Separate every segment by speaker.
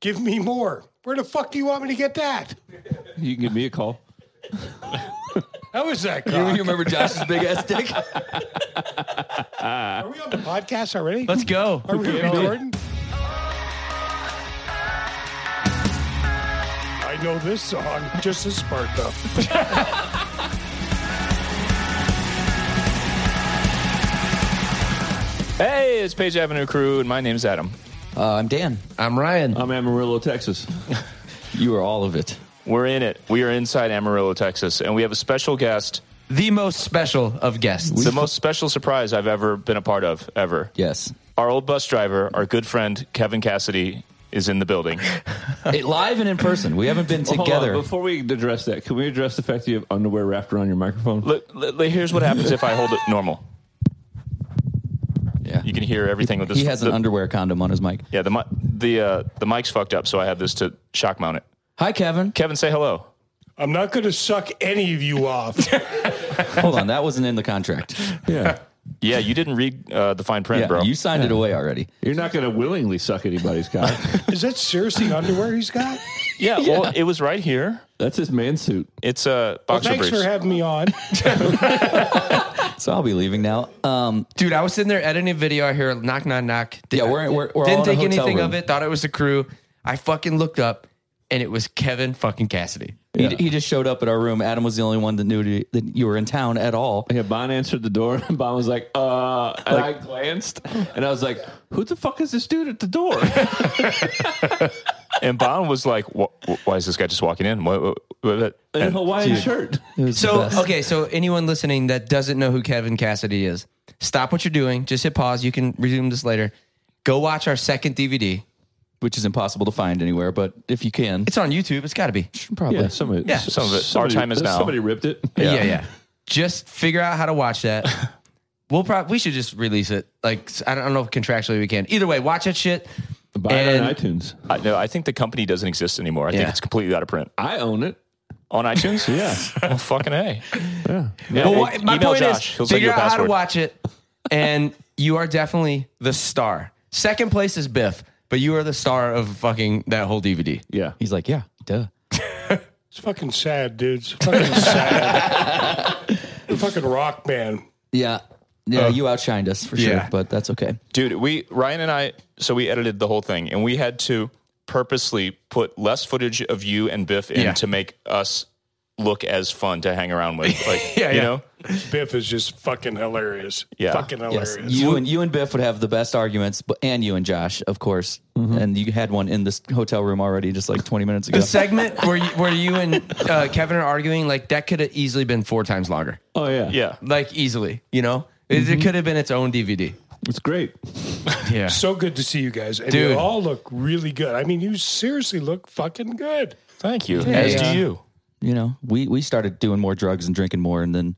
Speaker 1: Give me more. Where the fuck do you want me to get that?
Speaker 2: You can give me a call.
Speaker 1: How is that?
Speaker 3: You,
Speaker 1: cock?
Speaker 3: you remember Josh's big ass dick?
Speaker 1: Are we on the podcast already?
Speaker 3: Let's go.
Speaker 1: Are we recording? I know this song just as sparked up.
Speaker 4: Hey, it's Page Avenue Crew, and my name's Adam.
Speaker 3: Uh, I'm Dan.
Speaker 5: I'm Ryan.
Speaker 2: I'm Amarillo, Texas.
Speaker 3: You are all of it.
Speaker 4: We're in it. We are inside Amarillo, Texas, and we have a special guest.
Speaker 5: The most special of guests.
Speaker 4: The most special surprise I've ever been a part of, ever.
Speaker 3: Yes.
Speaker 4: Our old bus driver, our good friend Kevin Cassidy, is in the building.
Speaker 3: It, live and in person. We haven't been
Speaker 2: Hold
Speaker 3: together.
Speaker 2: on, before we address that, can we address the fact that you have underwear wrapped around your microphone?
Speaker 4: Look, look, look, here's what happens if I hold it normal.
Speaker 3: yeah.
Speaker 4: You can hear everything with this.
Speaker 3: he has an
Speaker 4: the-
Speaker 3: underwear condom on his mic.
Speaker 4: Yeah, the mi- the uh, the mic's fucked up, so I have this to shock mount it.
Speaker 3: Hi, Kevin.
Speaker 4: Kevin, say hello.
Speaker 1: I'm not going to suck any of you off.
Speaker 3: Hold on. That wasn't in the contract.
Speaker 2: yeah.
Speaker 4: Yeah, you didn't read uh, the fine print,
Speaker 3: Yeah,
Speaker 4: bro.
Speaker 3: you signed it away already.
Speaker 2: You're not going to willingly suck anybody's cock.
Speaker 1: Is that seriously underwear he's got?
Speaker 4: yeah, well, it was right here.
Speaker 2: That's his man suit.
Speaker 4: It's a uh,
Speaker 1: Well,
Speaker 4: boxer
Speaker 1: thanks
Speaker 4: briefs.
Speaker 1: for having me on.
Speaker 3: So I'll be leaving now. Um,
Speaker 5: Dude, I was sitting there editing a video. I hear knock, knock, knock. Did-
Speaker 3: Yeah, we're- we're- we're all in a
Speaker 5: didn't take
Speaker 3: hotel
Speaker 5: anything
Speaker 3: room.
Speaker 5: of it. Thought it was the crew. I fucking looked up, and it was Kevin fucking Cassidy.
Speaker 3: he, he just showed up at our room. Adam was the only one that knew to, that you were in town at all.
Speaker 2: Yeah, Bon answered the door, and Bon was like, uh, and I glanced, and I was like, who the fuck is this dude at the door?
Speaker 4: And Bond was like, "Wh- wh- "Why is this guy just walking in?" What, what, what-
Speaker 2: in a Hawaiian shirt.
Speaker 5: So okay, so anyone listening that doesn't know who Kevin Cassidy is, stop what you're doing. Just hit pause. You can resume this later. Go watch our second DVD.
Speaker 3: which is impossible to find anywhere. But if you can,
Speaker 5: It's on YouTube. It's got to be.
Speaker 3: probably
Speaker 2: Yeah, some of it.
Speaker 5: Yeah,
Speaker 4: some of it. Our
Speaker 2: somebody-
Speaker 4: time is now.
Speaker 2: Somebody ripped it.
Speaker 5: Yeah, yeah. Just figure out how to watch that. We'll probably we should just release it. Like I don't, I don't know if contractually we can. Either way, watch that shit.
Speaker 2: Buy it on
Speaker 5: And-
Speaker 2: iTunes.
Speaker 4: I, no, I think the company doesn't exist anymore. I think
Speaker 5: Yeah.
Speaker 4: it's completely out of print
Speaker 2: I own it.
Speaker 4: on iTunes.
Speaker 2: Yeah.
Speaker 4: well, fucking a.
Speaker 2: Yeah.
Speaker 4: Yeah,
Speaker 5: But
Speaker 4: hey,
Speaker 5: wha- my
Speaker 4: email
Speaker 5: point
Speaker 4: Josh. He'll
Speaker 5: is,
Speaker 4: send you
Speaker 5: figure
Speaker 4: a
Speaker 5: out how
Speaker 4: password.
Speaker 5: to watch it, and you are definitely the star. Second place is Biff, but you are the star of fucking that whole DVD.
Speaker 2: Yeah.
Speaker 3: he's like, yeah, duh.
Speaker 1: It's fucking sad, dudes. Fucking sad. You're a fucking rock band.
Speaker 3: Yeah. Yeah, you outshined us for
Speaker 5: Yeah.
Speaker 3: sure, but that's okay.
Speaker 4: dude. We Ryan and I. So we edited the whole thing, and we had to purposely put less footage of you and Biff in
Speaker 5: Yeah.
Speaker 4: to make us look as fun to hang around with. Like,
Speaker 5: Yeah,
Speaker 4: you
Speaker 5: yeah.
Speaker 4: know,
Speaker 1: Biff is just fucking hilarious.
Speaker 4: Yeah.
Speaker 1: Fucking
Speaker 3: Yes,
Speaker 1: hilarious.
Speaker 3: you and you and Biff would have the best arguments, but and you and Josh, of course,
Speaker 5: Mm-hmm.
Speaker 3: and you had one in this hotel room already, just like twenty minutes ago.
Speaker 5: The segment where you, where you and uh, Kevin are arguing, like that could have easily been four times longer.
Speaker 2: Oh, yeah.
Speaker 4: yeah.
Speaker 5: Like easily, you know, it, it could have been its own DVD.
Speaker 2: It's great.
Speaker 5: Yeah.
Speaker 1: So good to see you guys. And
Speaker 5: Dude.
Speaker 1: you all look really good. I mean, you seriously look fucking good.
Speaker 4: Thank you. As
Speaker 3: Yeah.
Speaker 4: do you.
Speaker 3: you know, we we started doing more drugs and drinking more, and then,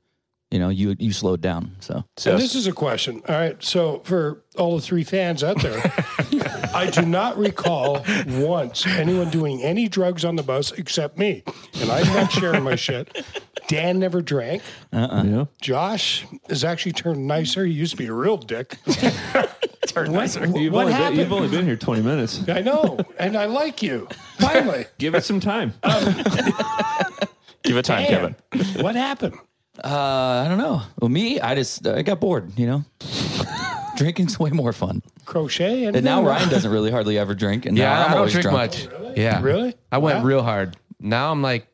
Speaker 3: you know, you you slowed down. So
Speaker 1: And this is a question. All right. So, for all the three fans out there, I do not recall once anyone doing any drugs on the bus except me. And I'm not sharing my shit. Dan never drank.
Speaker 2: Yeah.
Speaker 1: Josh has actually turned nicer. He used to be a real dick. turned nicer.
Speaker 2: You've,
Speaker 1: what
Speaker 2: only been,
Speaker 1: happened?
Speaker 2: you've only been here 20 minutes.
Speaker 1: I know. And I like you. Finally.
Speaker 2: Give it some time.
Speaker 4: Give it time, Kevin.
Speaker 1: Kevin. What happened?
Speaker 3: uh, I don't know. Well, me, I just I got bored. You know, drinking's way more fun.
Speaker 1: Crochet?
Speaker 3: And
Speaker 1: anything?
Speaker 3: now Ryan doesn't really hardly ever drink, and now
Speaker 5: Yeah,
Speaker 3: I'm
Speaker 5: I, I don't
Speaker 3: always
Speaker 5: drink
Speaker 3: drunk.
Speaker 5: much. Yeah.
Speaker 1: Really?
Speaker 5: I went
Speaker 1: Yeah.
Speaker 5: real hard. Now I'm like,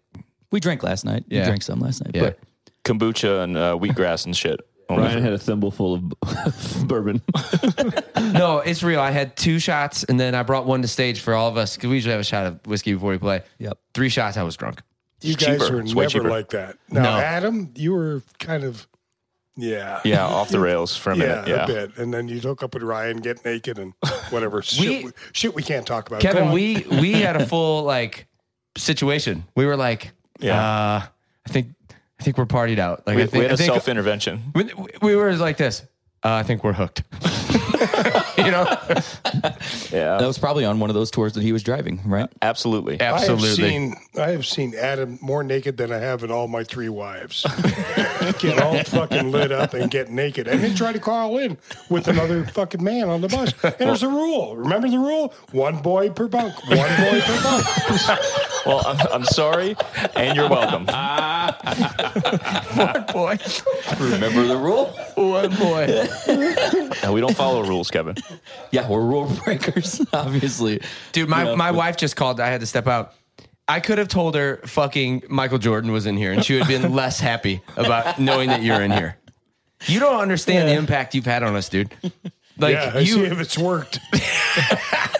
Speaker 3: We drank last night. We
Speaker 5: Yeah.
Speaker 3: drank some last night.
Speaker 5: yeah.
Speaker 3: But
Speaker 4: Kombucha and uh, wheatgrass and shit.
Speaker 2: Ryan had a thimble full of bourbon.
Speaker 5: No, it's real. I had two shots, and then I brought one to stage for all of us because we usually have a shot of whiskey before we play.
Speaker 3: Yep.
Speaker 5: Three shots, I was drunk.
Speaker 1: You guys
Speaker 4: cheaper.
Speaker 1: were
Speaker 4: It's way
Speaker 1: never
Speaker 4: cheaper.
Speaker 1: like that. Now,
Speaker 5: No.
Speaker 1: Adam, you were kind of, yeah.
Speaker 4: Yeah, off the rails for a
Speaker 1: Yeah,
Speaker 4: minute. Yeah.
Speaker 1: a bit, and then you hook up with Ryan, get naked, and whatever shit, we, shit we can't talk about. Go
Speaker 5: Kevin,
Speaker 1: on.
Speaker 5: we we had a full like situation. We were like,
Speaker 4: Yeah.
Speaker 5: uh, I think I think we're partied out. Like
Speaker 4: We,
Speaker 5: I
Speaker 4: we
Speaker 5: think,
Speaker 4: had
Speaker 5: I
Speaker 4: a
Speaker 5: think
Speaker 4: self intervention.
Speaker 5: we, we were like this. Uh, I think we're hooked. you know,
Speaker 3: That was probably on one of those tours that he was driving, right?
Speaker 4: Absolutely.
Speaker 1: I have seen I have seen Adam more naked than I have in all my three wives. get all fucking lit up and get naked, and then try to call in with another fucking man on the bus. And there's a rule. Remember the rule: one boy per bunk, one boy per bunk.
Speaker 4: Well, I'm, I'm sorry, and you're welcome.
Speaker 5: Uh, boy,
Speaker 3: Remember the rule?
Speaker 5: one boy.
Speaker 4: No, we don't follow rules, Kevin.
Speaker 3: Yeah, we're rule breakers, obviously.
Speaker 5: Dude, my, my wife just called. I had to step out. I could have told her fucking Michael Jordan was in here and she would have been less happy about knowing that you're in here. You don't understand the impact you've had on us, dude. Like
Speaker 1: Yeah, I see
Speaker 5: you
Speaker 1: if it's worked.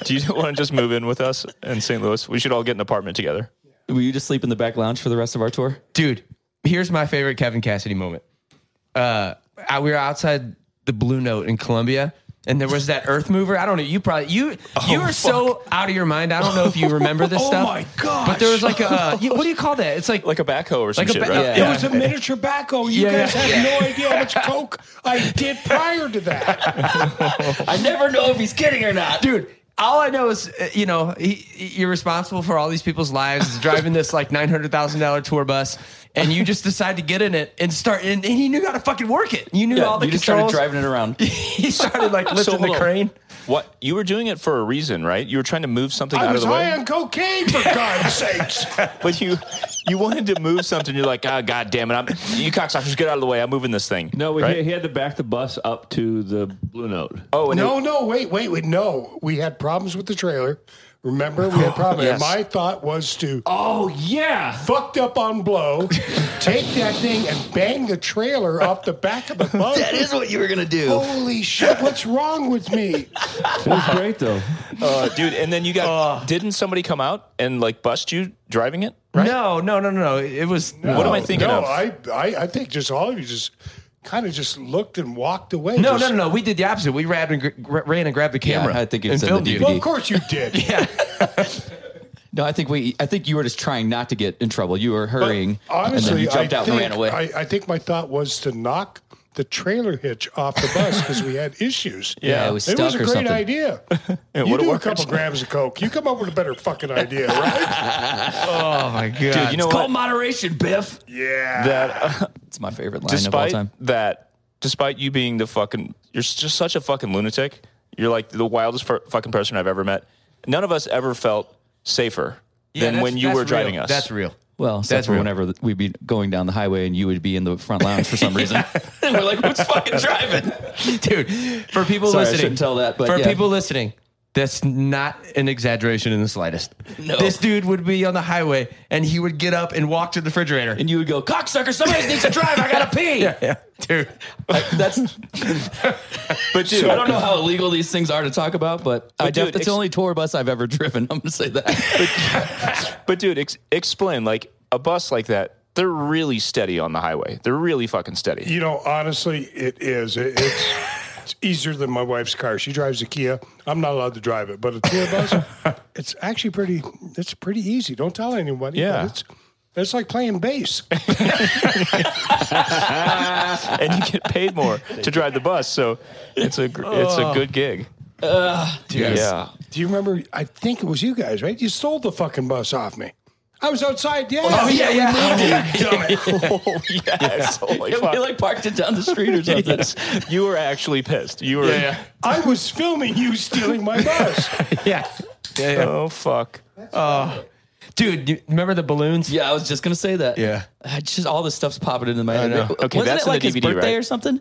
Speaker 4: Do you want to just move in with us in St. Louis? We should all get an apartment together.
Speaker 3: Will you just sleep in the back lounge for the rest of our tour?
Speaker 5: dude, here's my favorite Kevin Cassidy moment. Uh, I, we were outside the Blue Note in Columbia, and there was that Earth Mover. I don't know. You probably you you were so out of your mind. I don't know if you remember this stuff.
Speaker 1: Oh, my gosh.
Speaker 5: But there was like a uh, you- what do you call that? It's like
Speaker 4: Like a backhoe or some
Speaker 5: Like a
Speaker 4: shit,
Speaker 5: ba-
Speaker 4: right?
Speaker 5: yeah.
Speaker 1: It was a miniature backhoe. You
Speaker 5: Yeah,
Speaker 1: guys
Speaker 5: yeah.
Speaker 1: have no idea how much coke I did prior to that.
Speaker 3: I never know if he's kidding or not.
Speaker 5: dude. All I know is, uh, you know, he, he- you're responsible for all these people's lives, driving this like nine hundred thousand dollar tour bus, and you just decide to get in it and start. And, and he knew how to fucking work it. You knew all the
Speaker 3: you just started
Speaker 5: controls.
Speaker 3: driving it around.
Speaker 5: he started like lifting
Speaker 4: hold
Speaker 5: the
Speaker 4: on.
Speaker 5: crane.
Speaker 4: What you were doing it for a reason, right? You were trying to move something
Speaker 1: I
Speaker 4: out
Speaker 1: was
Speaker 4: of the way.
Speaker 1: high on cocaine, for God's sakes.
Speaker 4: but you you wanted to move something. You're like, ah, god damn it! I'm, you cocksuckers, get out of the way. I'm moving this thing.
Speaker 2: No, we,
Speaker 4: right?
Speaker 2: he had to back the bus up to the Blue Note.
Speaker 4: oh, and
Speaker 1: No, no, wait, wait, wait. No, we had problems with the trailer. Remember, we had problems.
Speaker 4: Yes.
Speaker 1: My thought was to
Speaker 2: Oh yeah,
Speaker 1: fucked up on blow, take that thing and bang the trailer off the back of the bus.
Speaker 3: That is what you were gonna do.
Speaker 1: Holy shit! What's wrong with me?
Speaker 2: it was great though.
Speaker 4: they- uh, dude, and then you got. didn't somebody come out and like bust you driving it? Right?
Speaker 5: No, no, no, no, no. It was
Speaker 4: What am I thinking
Speaker 1: Oh, no,
Speaker 4: of?
Speaker 1: I, I, I think just all of you just kind of just looked and walked away.
Speaker 5: No,
Speaker 1: Just-
Speaker 5: no, no, no. We did the opposite. We grabbed and gr- gra- ran and grabbed the camera.
Speaker 3: Yeah, I think it
Speaker 5: and
Speaker 3: was in the
Speaker 5: filmed you.
Speaker 3: DVD.
Speaker 1: Well, of course you did.
Speaker 3: No, I think we. I think you were just trying not to get in trouble. You were
Speaker 1: But
Speaker 3: hurrying, and then
Speaker 1: Honestly,
Speaker 3: you jumped
Speaker 1: I
Speaker 3: out
Speaker 1: think,
Speaker 3: and ran away.
Speaker 1: I, I think my thought was to knock the trailer hitch off the bus because we had issues.
Speaker 3: yeah, it was
Speaker 1: It
Speaker 3: stuck
Speaker 1: was a
Speaker 3: or
Speaker 1: great
Speaker 3: something.
Speaker 1: idea. you
Speaker 4: would've
Speaker 1: do a
Speaker 4: worked.
Speaker 1: couple grams of coke, you come up with a better fucking idea, right?
Speaker 5: Oh my god,
Speaker 4: dude, you know
Speaker 3: Call
Speaker 4: what?
Speaker 3: moderation, Biff.
Speaker 1: yeah.
Speaker 4: That uh,
Speaker 3: It's my favorite line
Speaker 4: despite
Speaker 3: of all time.
Speaker 4: that, despite you being the fucking, you're s- just such a fucking lunatic. You're like the wildest fu- fucking person I've ever met. None of us ever felt safer than when you were driving us.
Speaker 5: That's real.
Speaker 3: Well, except
Speaker 5: That's
Speaker 3: for
Speaker 5: real.
Speaker 3: whenever th- we'd be going down the highway and you would be in the front lounge for some reason. and we're like, who's fucking driving?
Speaker 5: dude. For people
Speaker 3: Sorry, I
Speaker 5: listening,
Speaker 3: shouldn't tell that, but
Speaker 5: for
Speaker 3: yeah.
Speaker 5: people listening, that's not an exaggeration in the slightest.
Speaker 3: No.
Speaker 5: This dude would be on the highway and he would get up and walk to the refrigerator.
Speaker 3: And you would go, cocksucker, somebody needs to drive. I got to pee.
Speaker 5: yeah, dude.
Speaker 3: Like, that's,
Speaker 4: but dude,
Speaker 3: I don't know how illegal these things are to talk about, but, I
Speaker 4: But
Speaker 3: def-
Speaker 4: dude,
Speaker 3: it's
Speaker 4: ex-
Speaker 3: the only tour bus I've ever driven. I'm going to say that.
Speaker 4: But dude, ex- explain like a bus like that. They're really steady on the highway. They're really fucking steady.
Speaker 1: You know, honestly, it is. It, it's, it's easier than my wife's car. She drives a Kia. I'm not allowed to drive it, but a tour bus, it's actually pretty. It's pretty easy. Don't tell anybody. but
Speaker 4: Yeah.
Speaker 1: It's, it's like playing bass.
Speaker 4: and you get paid more to drive the bus, so it's a gr- it's a good gig. Yeah.
Speaker 1: Do you remember? I think it was you guys, right? You stole the fucking bus off me. I was outside. Yeah. Oh
Speaker 5: yeah, yeah.
Speaker 4: Oh yes. Holy
Speaker 3: we
Speaker 4: fuck.
Speaker 3: like parked it down the street or something.
Speaker 4: Yes. You were actually pissed. You were.
Speaker 1: I was filming you stealing my bus.
Speaker 5: Yeah. Yeah, yeah.
Speaker 4: Oh fuck.
Speaker 5: Dude, you remember the balloons?
Speaker 3: Yeah, I was just gonna say that.
Speaker 5: Yeah.
Speaker 3: I just all this stuff's popping into my head.
Speaker 5: know.
Speaker 4: Okay,
Speaker 3: Wasn't
Speaker 4: that's in
Speaker 3: it
Speaker 4: the
Speaker 3: like his
Speaker 4: DVD,
Speaker 3: birthday
Speaker 4: right?
Speaker 3: or something?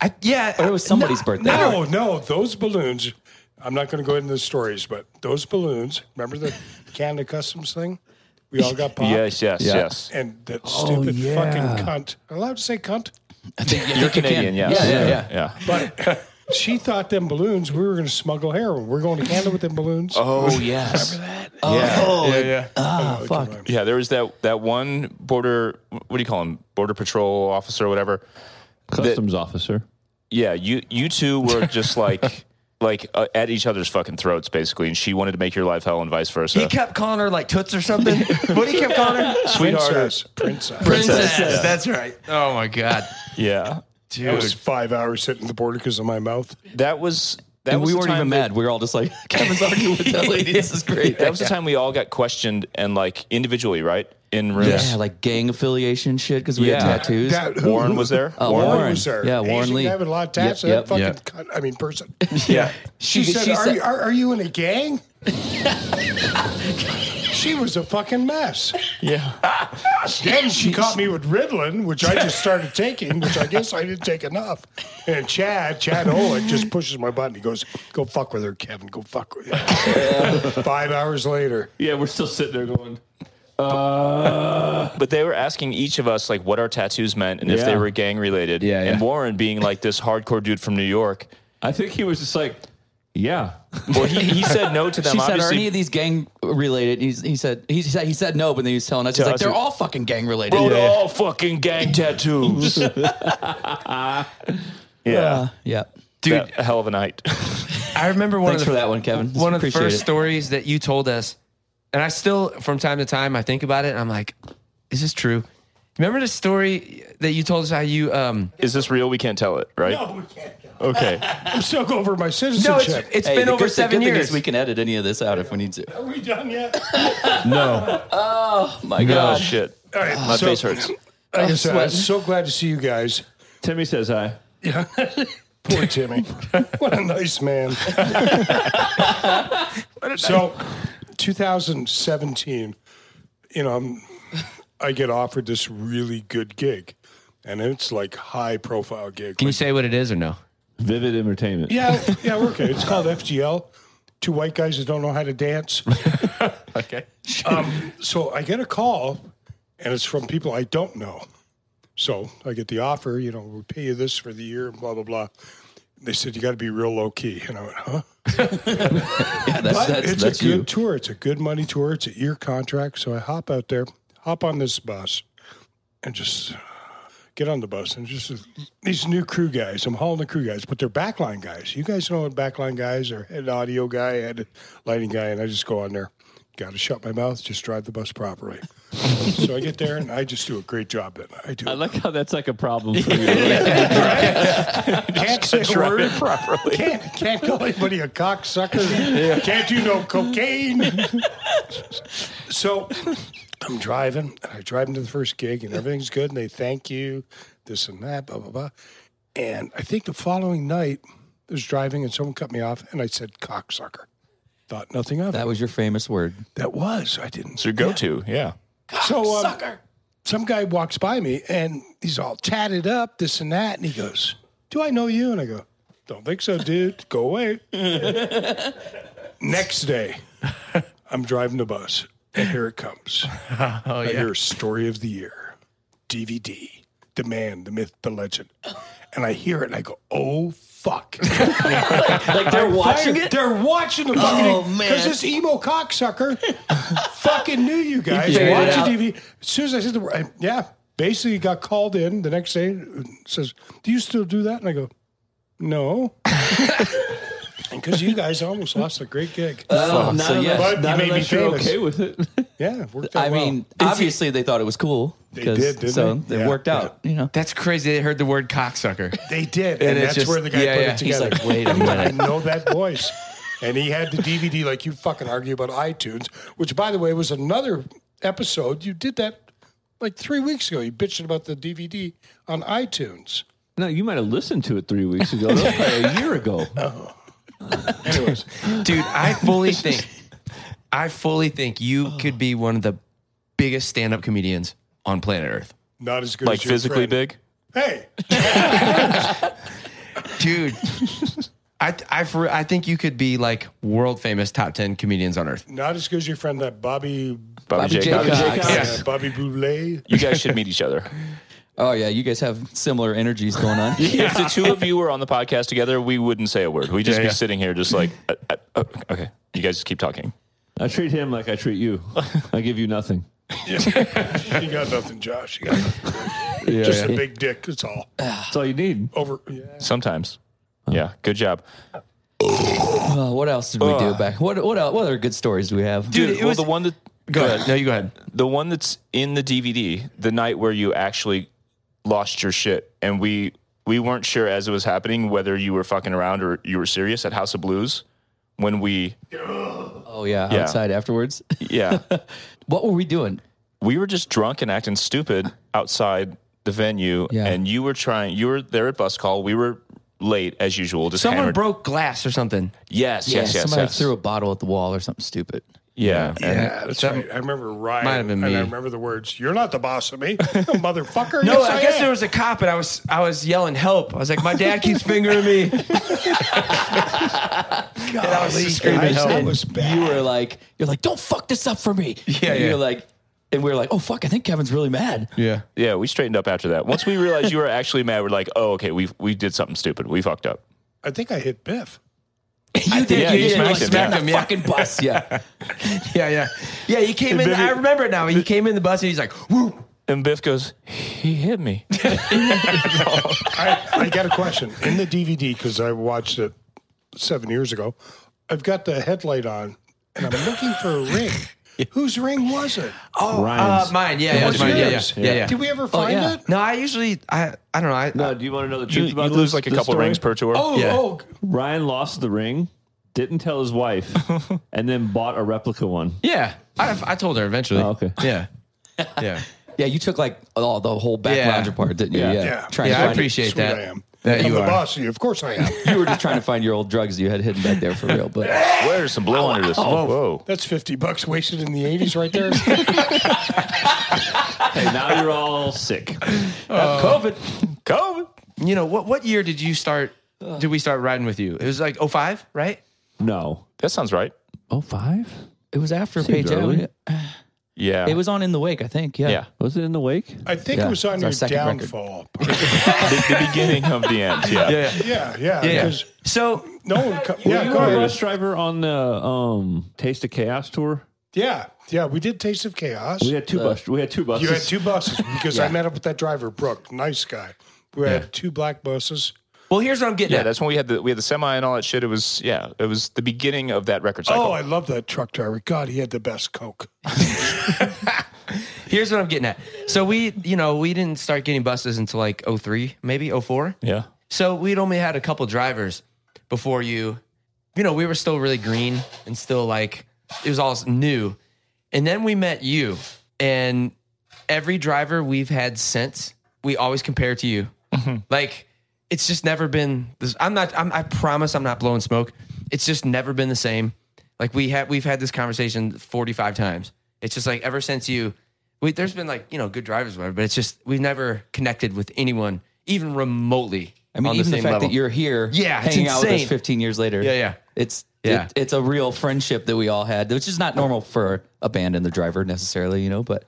Speaker 5: I, yeah.
Speaker 3: Or Oh, it was somebody's birthday.
Speaker 1: No, no, those balloons. I'm not going to go into the stories, but those balloons. Remember the Canada Customs thing? We all got popped.
Speaker 4: Yes. Yes. Yes.
Speaker 1: And that stupid
Speaker 5: yeah.
Speaker 1: fucking cunt. Allowed to say cunt?
Speaker 3: I think,
Speaker 4: You're Canadian. Yes.
Speaker 5: Yeah, yeah, yeah.
Speaker 4: Yeah.
Speaker 1: But she thought them balloons. We were going to smuggle heroin. We're going to Canada with them balloons.
Speaker 3: Oh yes.
Speaker 4: Yeah.
Speaker 5: Yeah, yeah.
Speaker 1: Oh, fuck!
Speaker 4: Yeah, there was that that one border. What do you call him? Border patrol officer, or whatever.
Speaker 2: Customs officer.
Speaker 4: Yeah, you you two were just like like uh, at each other's fucking throats basically, and she wanted to make your life hell and vice versa.
Speaker 5: He kept calling her like toots or something. what he kept calling her?
Speaker 1: Princess, princess.
Speaker 5: Princess. That's right. Oh my god.
Speaker 4: yeah,
Speaker 1: I was five hours sitting at the border because of my mouth.
Speaker 4: That was that
Speaker 3: And
Speaker 4: was
Speaker 3: we
Speaker 4: the
Speaker 3: weren't even
Speaker 4: time that-
Speaker 3: mad. We were all just like, Kevin's arguing with that lady. This is great.
Speaker 4: That was the time we all got questioned and like individually, right? In rooms.
Speaker 3: yeah, like gang affiliation shit because we
Speaker 4: Yeah.
Speaker 3: had tattoos.
Speaker 1: That- who-
Speaker 4: Warren was there.
Speaker 3: Uh,
Speaker 4: Warren.
Speaker 3: Warren.
Speaker 1: was there.
Speaker 3: Yeah, Warren
Speaker 1: Asian
Speaker 3: Lee.
Speaker 1: guy with a lot of tats.
Speaker 3: Yep, yep,
Speaker 1: that fucking
Speaker 5: yep.
Speaker 1: cunt. I mean, person.
Speaker 4: Yeah.
Speaker 1: She, said,
Speaker 3: she
Speaker 1: are, you, are, are you in a gang? she was a fucking mess.
Speaker 4: Yeah.
Speaker 1: Then she caught me with Ritalin, which I just started taking, which I guess I didn't take enough. And Chad, Chad Olick, just pushes my button. He goes, "Go fuck with her, Kevin. Go fuck with her." Five hours later,
Speaker 2: Yeah, we're still sitting there going. Uh,
Speaker 4: But they were asking each of us like what our tattoos meant and if
Speaker 2: Yeah.
Speaker 4: they were gang related.
Speaker 5: Yeah,
Speaker 4: And
Speaker 5: yeah.
Speaker 4: Warren being like this hardcore dude from New York.
Speaker 2: I think he was just like, yeah.
Speaker 4: Well, he, he said no to them.
Speaker 3: She said, "Are
Speaker 4: obviously,
Speaker 3: any of these gang related?" He's, he said, "He said he said no," but then he was telling us, "He's
Speaker 4: To
Speaker 3: like
Speaker 4: us,
Speaker 3: they're
Speaker 4: it-
Speaker 3: all fucking gang related."
Speaker 4: Bro,
Speaker 3: yeah.
Speaker 4: they're all fucking gang tattoos. yeah.
Speaker 3: yeah.
Speaker 5: Dude,
Speaker 4: That- a hell of a night.
Speaker 5: I remember one
Speaker 3: Thanks
Speaker 5: of the,
Speaker 3: for that one, Kevin.
Speaker 5: One of the
Speaker 3: Appreciate
Speaker 5: first
Speaker 3: it.
Speaker 5: stories that you told us, and I still, from time to time, I think about it, and I'm like, "Is this true?" Remember the story that you told us how you? Um,
Speaker 4: Is this real? We can't tell it, right?
Speaker 1: no, we can't.
Speaker 4: Okay. Oh,
Speaker 1: I'm still over my
Speaker 5: no, it's,
Speaker 1: citizenship.
Speaker 5: it's
Speaker 3: Hey,
Speaker 5: been
Speaker 3: the
Speaker 5: over
Speaker 3: good,
Speaker 5: seven
Speaker 3: the good Thing
Speaker 5: years.
Speaker 3: is we can edit any of this out if we need to.
Speaker 1: Are we done yet?
Speaker 5: no,
Speaker 3: My
Speaker 4: Oh
Speaker 3: God.
Speaker 4: shit.
Speaker 1: All right,
Speaker 4: My face hurts.
Speaker 1: Like I said, I'm
Speaker 3: sweating.
Speaker 1: so glad to see you guys.
Speaker 2: Timmy says hi.
Speaker 1: Poor Timmy. what a nice man. so, 2017, you know, I'm, I get offered this really good gig, and it's like high profile gig.
Speaker 5: can you say what it is or no?
Speaker 2: Vivid entertainment.
Speaker 1: yeah, yeah, we're okay. It's called FGL. Two white guys that don't know how to dance. Um,
Speaker 4: Okay.
Speaker 1: So I get a call, and it's from people I don't know. So I get the offer, you know, we'll pay you this for the year, blah, blah, blah. They said, you got to be real low key. And I went, huh?
Speaker 3: Yeah, that's
Speaker 1: But
Speaker 3: that's,
Speaker 1: it's
Speaker 3: that's
Speaker 1: a good
Speaker 3: you.
Speaker 1: tour. It's a good money tour. It's a year contract. So I hop out there, hop on this bus, and just get on the bus. And just these new crew guys. I'm hauling the crew guys, but they're backline guys. You guys know what backline guys are: head audio guy, head lighting guy. And I just go on there. Got to shut my mouth. Just drive the bus properly. so I get there, and I just do a great job. That I do.
Speaker 2: I like how that's like a problem for you.
Speaker 1: can't say a word properly. Can't can't call anybody a cocksucker. Can't do no cocaine. so I'm driving. and I drive into the first gig, and everything's good. And they thank you, this and that, blah blah blah. And I think the following night, I was driving, and someone cut me off, and I said cocksucker. Thought nothing of
Speaker 3: That
Speaker 1: it.
Speaker 3: was your famous word.
Speaker 1: That was I didn't.
Speaker 4: It's your go-to. Yeah.
Speaker 1: So um, some guy walks by me and he's all tatted up, this and that, and he goes, "Do I know you?" And I go, "Don't think so, dude. Go away." Next day, I'm driving the bus, and here it comes. I hear story of the year, DVD, the man, the myth, the legend, and I hear it, and I go, "Oh fuck."
Speaker 3: Like they're watching
Speaker 1: They're-
Speaker 3: it.
Speaker 1: They're watching the fucking
Speaker 3: Oh, man.
Speaker 1: because this emo cocksucker fucking knew you guys
Speaker 3: figured it out.
Speaker 1: watching TV. As soon as I said the word, I- yeah, basically got called in the next day. and Says, "Do you still do that?" And I go, "No," because you guys almost lost a great gig.
Speaker 3: Oh, so
Speaker 2: unless-
Speaker 3: yes,
Speaker 1: But you made me
Speaker 2: unless you're
Speaker 1: famous.
Speaker 2: okay with it.
Speaker 1: Yeah, it worked out
Speaker 3: I
Speaker 1: well.
Speaker 3: mean, obviously they thought it was cool. They
Speaker 1: did, didn't
Speaker 3: so
Speaker 1: they?
Speaker 3: it
Speaker 1: Yeah.
Speaker 3: worked out. You know,
Speaker 5: That's crazy. They heard the word cocksucker.
Speaker 1: they did, and,
Speaker 5: And it's
Speaker 1: that's
Speaker 5: just-
Speaker 1: where the guy
Speaker 5: yeah,
Speaker 1: put
Speaker 5: yeah.
Speaker 1: it
Speaker 3: he's
Speaker 1: together.
Speaker 3: like, wait a
Speaker 1: I
Speaker 3: minute.
Speaker 1: know that voice. And he had the DVD, like you fucking argue about iTunes, which, by the way, was another episode. You did that like three weeks ago. You bitching about the DVD on iTunes.
Speaker 2: No, you might have listened to it three weeks ago. That was probably a year ago.
Speaker 1: Anyways,
Speaker 5: Dude, I fully think I fully think you could be one of the biggest stand-up comedians on planet Earth.
Speaker 1: not as good
Speaker 4: Like
Speaker 1: as your
Speaker 4: physically
Speaker 1: friend.
Speaker 4: big.
Speaker 1: Hey,
Speaker 5: Dude, I I for, I think you could be like world famous top 10 comedians on earth.
Speaker 1: not as good as your friend that Bobby.
Speaker 4: Bobby,
Speaker 3: Bobby
Speaker 4: J.
Speaker 3: J.
Speaker 4: Cox.
Speaker 3: Cox.
Speaker 1: Bobby,
Speaker 5: Yes.
Speaker 1: uh, Bobby Boulay.
Speaker 4: You guys should meet each other.
Speaker 3: Oh yeah, you guys have similar energies going on.
Speaker 4: If the two of you were on the podcast together, we wouldn't say a word. We'd just be sitting here, just like, uh, uh, uh, okay, you guys just keep talking.
Speaker 2: I treat him like I treat you. I give you nothing.
Speaker 1: You got nothing, Josh. You got nothing.
Speaker 2: Yeah,
Speaker 1: just a big dick. That's all.
Speaker 2: That's all you need.
Speaker 1: Over. Yeah.
Speaker 4: Sometimes. Yeah. Good job.
Speaker 3: Oh, what else did we do
Speaker 4: Ugh.
Speaker 3: back? What what el- what other good stories do we have?
Speaker 5: Dude, it
Speaker 4: well,
Speaker 5: was
Speaker 4: the one that
Speaker 5: Go ahead. No, you go ahead.
Speaker 4: the one that's in the DVD, the night where you actually lost your shit, and we we weren't sure as it was happening whether you were fucking around or you were serious at House of Blues when we
Speaker 3: Oh yeah,
Speaker 4: Yeah.
Speaker 3: outside afterwards.
Speaker 4: yeah
Speaker 3: what were we doing?
Speaker 4: we were just drunk and acting stupid outside the venue
Speaker 3: Yeah.
Speaker 4: and you were trying you were there at bus call we were late as usual just
Speaker 5: Someone
Speaker 4: hammered.
Speaker 5: broke glass or something.
Speaker 4: yes yes yes,
Speaker 3: somebody
Speaker 4: yes.
Speaker 3: threw a bottle at the wall or something stupid.
Speaker 4: yeah and
Speaker 1: Yeah, that's right. I remember Ryan,
Speaker 5: Might have been
Speaker 1: and
Speaker 5: me.
Speaker 1: I remember the words. You're not the boss of me, motherfucker.
Speaker 5: No,
Speaker 1: Yes,
Speaker 5: I guess
Speaker 1: am."
Speaker 5: there was a cop, and I was I was yelling help. I was like, my dad keeps fingering me. And I was just screaming
Speaker 1: guys,
Speaker 5: help.
Speaker 1: that was bad.
Speaker 3: You were like, you're like, don't fuck this up for me.
Speaker 5: Yeah,
Speaker 3: And
Speaker 5: yeah.
Speaker 3: You're like, and we were like, oh fuck, I think Kevin's really mad.
Speaker 5: Yeah.
Speaker 4: yeah we straightened up after that once we realized you were actually mad we're like oh okay we we did something stupid we fucked up
Speaker 1: I think I hit Biff.
Speaker 3: you did.
Speaker 4: yeah, you
Speaker 3: did.
Speaker 4: smacked
Speaker 3: like,
Speaker 4: him,
Speaker 3: smacked
Speaker 4: yeah.
Speaker 3: him, Fucking bus. Yeah.
Speaker 5: Yeah, yeah. Yeah, he came in. I remember it now. He came in the bus and he's like, woo.
Speaker 4: and Biff goes he hit me
Speaker 1: I, I got a question. In the DVD, because I watched it seven years ago, I've got the headlight on and I'm looking for a ring. Whose ring was it?
Speaker 5: Oh,
Speaker 2: Ryan's.
Speaker 5: uh, mine. Yeah, yeah,
Speaker 1: was
Speaker 5: mine. yeah, yeah,
Speaker 1: yours.
Speaker 5: yeah, yeah.
Speaker 1: Did we ever find
Speaker 3: yeah.
Speaker 1: it?
Speaker 5: No, I usually I I don't know. I,
Speaker 2: No, Uh, do you want to know the
Speaker 4: you,
Speaker 2: truth
Speaker 4: you
Speaker 2: about
Speaker 4: lose
Speaker 2: this-
Speaker 4: like a
Speaker 2: this
Speaker 4: couple
Speaker 2: story?
Speaker 4: rings per tour
Speaker 1: Oh,
Speaker 5: Yeah.
Speaker 1: oh,
Speaker 2: Ryan lost the ring, didn't tell his wife, and then bought a replica one.
Speaker 5: yeah, I, I told her eventually.
Speaker 2: Oh, okay.
Speaker 5: Yeah. Yeah.
Speaker 3: Yeah, you took like all the whole back
Speaker 5: Yeah.
Speaker 3: lounge apart, didn't you?
Speaker 2: Yeah.
Speaker 3: Yeah.
Speaker 1: Yeah.
Speaker 3: Trying
Speaker 5: Yeah,
Speaker 3: to
Speaker 5: I
Speaker 3: find
Speaker 5: appreciate
Speaker 1: sweet
Speaker 5: that.
Speaker 1: I am.
Speaker 5: That
Speaker 1: I'm
Speaker 5: you
Speaker 1: the
Speaker 5: are.
Speaker 1: boss of you. Of course I am.
Speaker 3: You were just trying to find your old drugs you had hidden back there for real. But
Speaker 4: where's some blow under this whoa, whoa.
Speaker 1: That's 50 bucks wasted in the 80s right there.
Speaker 2: Hey, now you're all sick.
Speaker 4: COVID COVID
Speaker 5: You know what? What year did you start? Did we start riding with you? It was like 05, right?
Speaker 2: No.
Speaker 4: that sounds right
Speaker 3: oh five? It was after Page
Speaker 2: early.
Speaker 3: Avenue.
Speaker 4: yeah
Speaker 3: It was on In the Wake, I think. Yeah.
Speaker 4: yeah
Speaker 2: Was it in the wake?
Speaker 1: I think
Speaker 3: Yeah,
Speaker 1: it was on
Speaker 3: it's our
Speaker 1: your
Speaker 3: second record.
Speaker 1: downfall.
Speaker 4: the, the beginning of the end yeah
Speaker 1: yeah, yeah.
Speaker 5: Yeah.
Speaker 1: Because
Speaker 5: So
Speaker 1: no one. Co-
Speaker 2: Were
Speaker 1: yeah,
Speaker 2: you
Speaker 1: go
Speaker 2: a
Speaker 1: ahead.
Speaker 2: bus driver on the um, Taste of Chaos tour?
Speaker 1: Yeah, yeah. We did Taste of Chaos.
Speaker 2: We had two bus. We had two buses.
Speaker 1: You had two buses because I met up with that driver, Brooke, nice guy. We had two black buses.
Speaker 5: well, here's what I'm getting
Speaker 4: Yeah,
Speaker 5: at.
Speaker 4: that's when we had the we had the semi and all that shit. It was yeah, it was the beginning of that record cycle.
Speaker 1: Oh, I love that truck driver. God, he had the best Coke.
Speaker 5: Here's what I'm getting at. So we, you know, we didn't start getting buses until like 03, maybe 04.
Speaker 4: yeah,
Speaker 5: So we'd only had a couple drivers before you. You know, we were still really green and still like it was all new. And then we met you, and every driver we've had since, we always compare to you.
Speaker 3: Mm-hmm.
Speaker 5: Like it's just never been. This, I'm not. I'm, I promise, I'm not blowing smoke. It's just never been the same. Like we had, we've had this conversation 45 times. It's just like ever since you, we, there's been like you know good drivers, whatever. But it's just we've never connected with anyone even remotely.
Speaker 3: I mean,
Speaker 5: on
Speaker 3: even
Speaker 5: the,
Speaker 3: the,
Speaker 5: same
Speaker 3: fact
Speaker 5: level.
Speaker 3: that you're here,
Speaker 5: Yeah, it's
Speaker 3: hanging out with us
Speaker 5: insane.
Speaker 3: 15 years later.
Speaker 5: Yeah, yeah.
Speaker 3: It's
Speaker 5: Yeah.
Speaker 3: it- it's a real friendship that we all had, which is not normal for a band and the driver necessarily, you know. But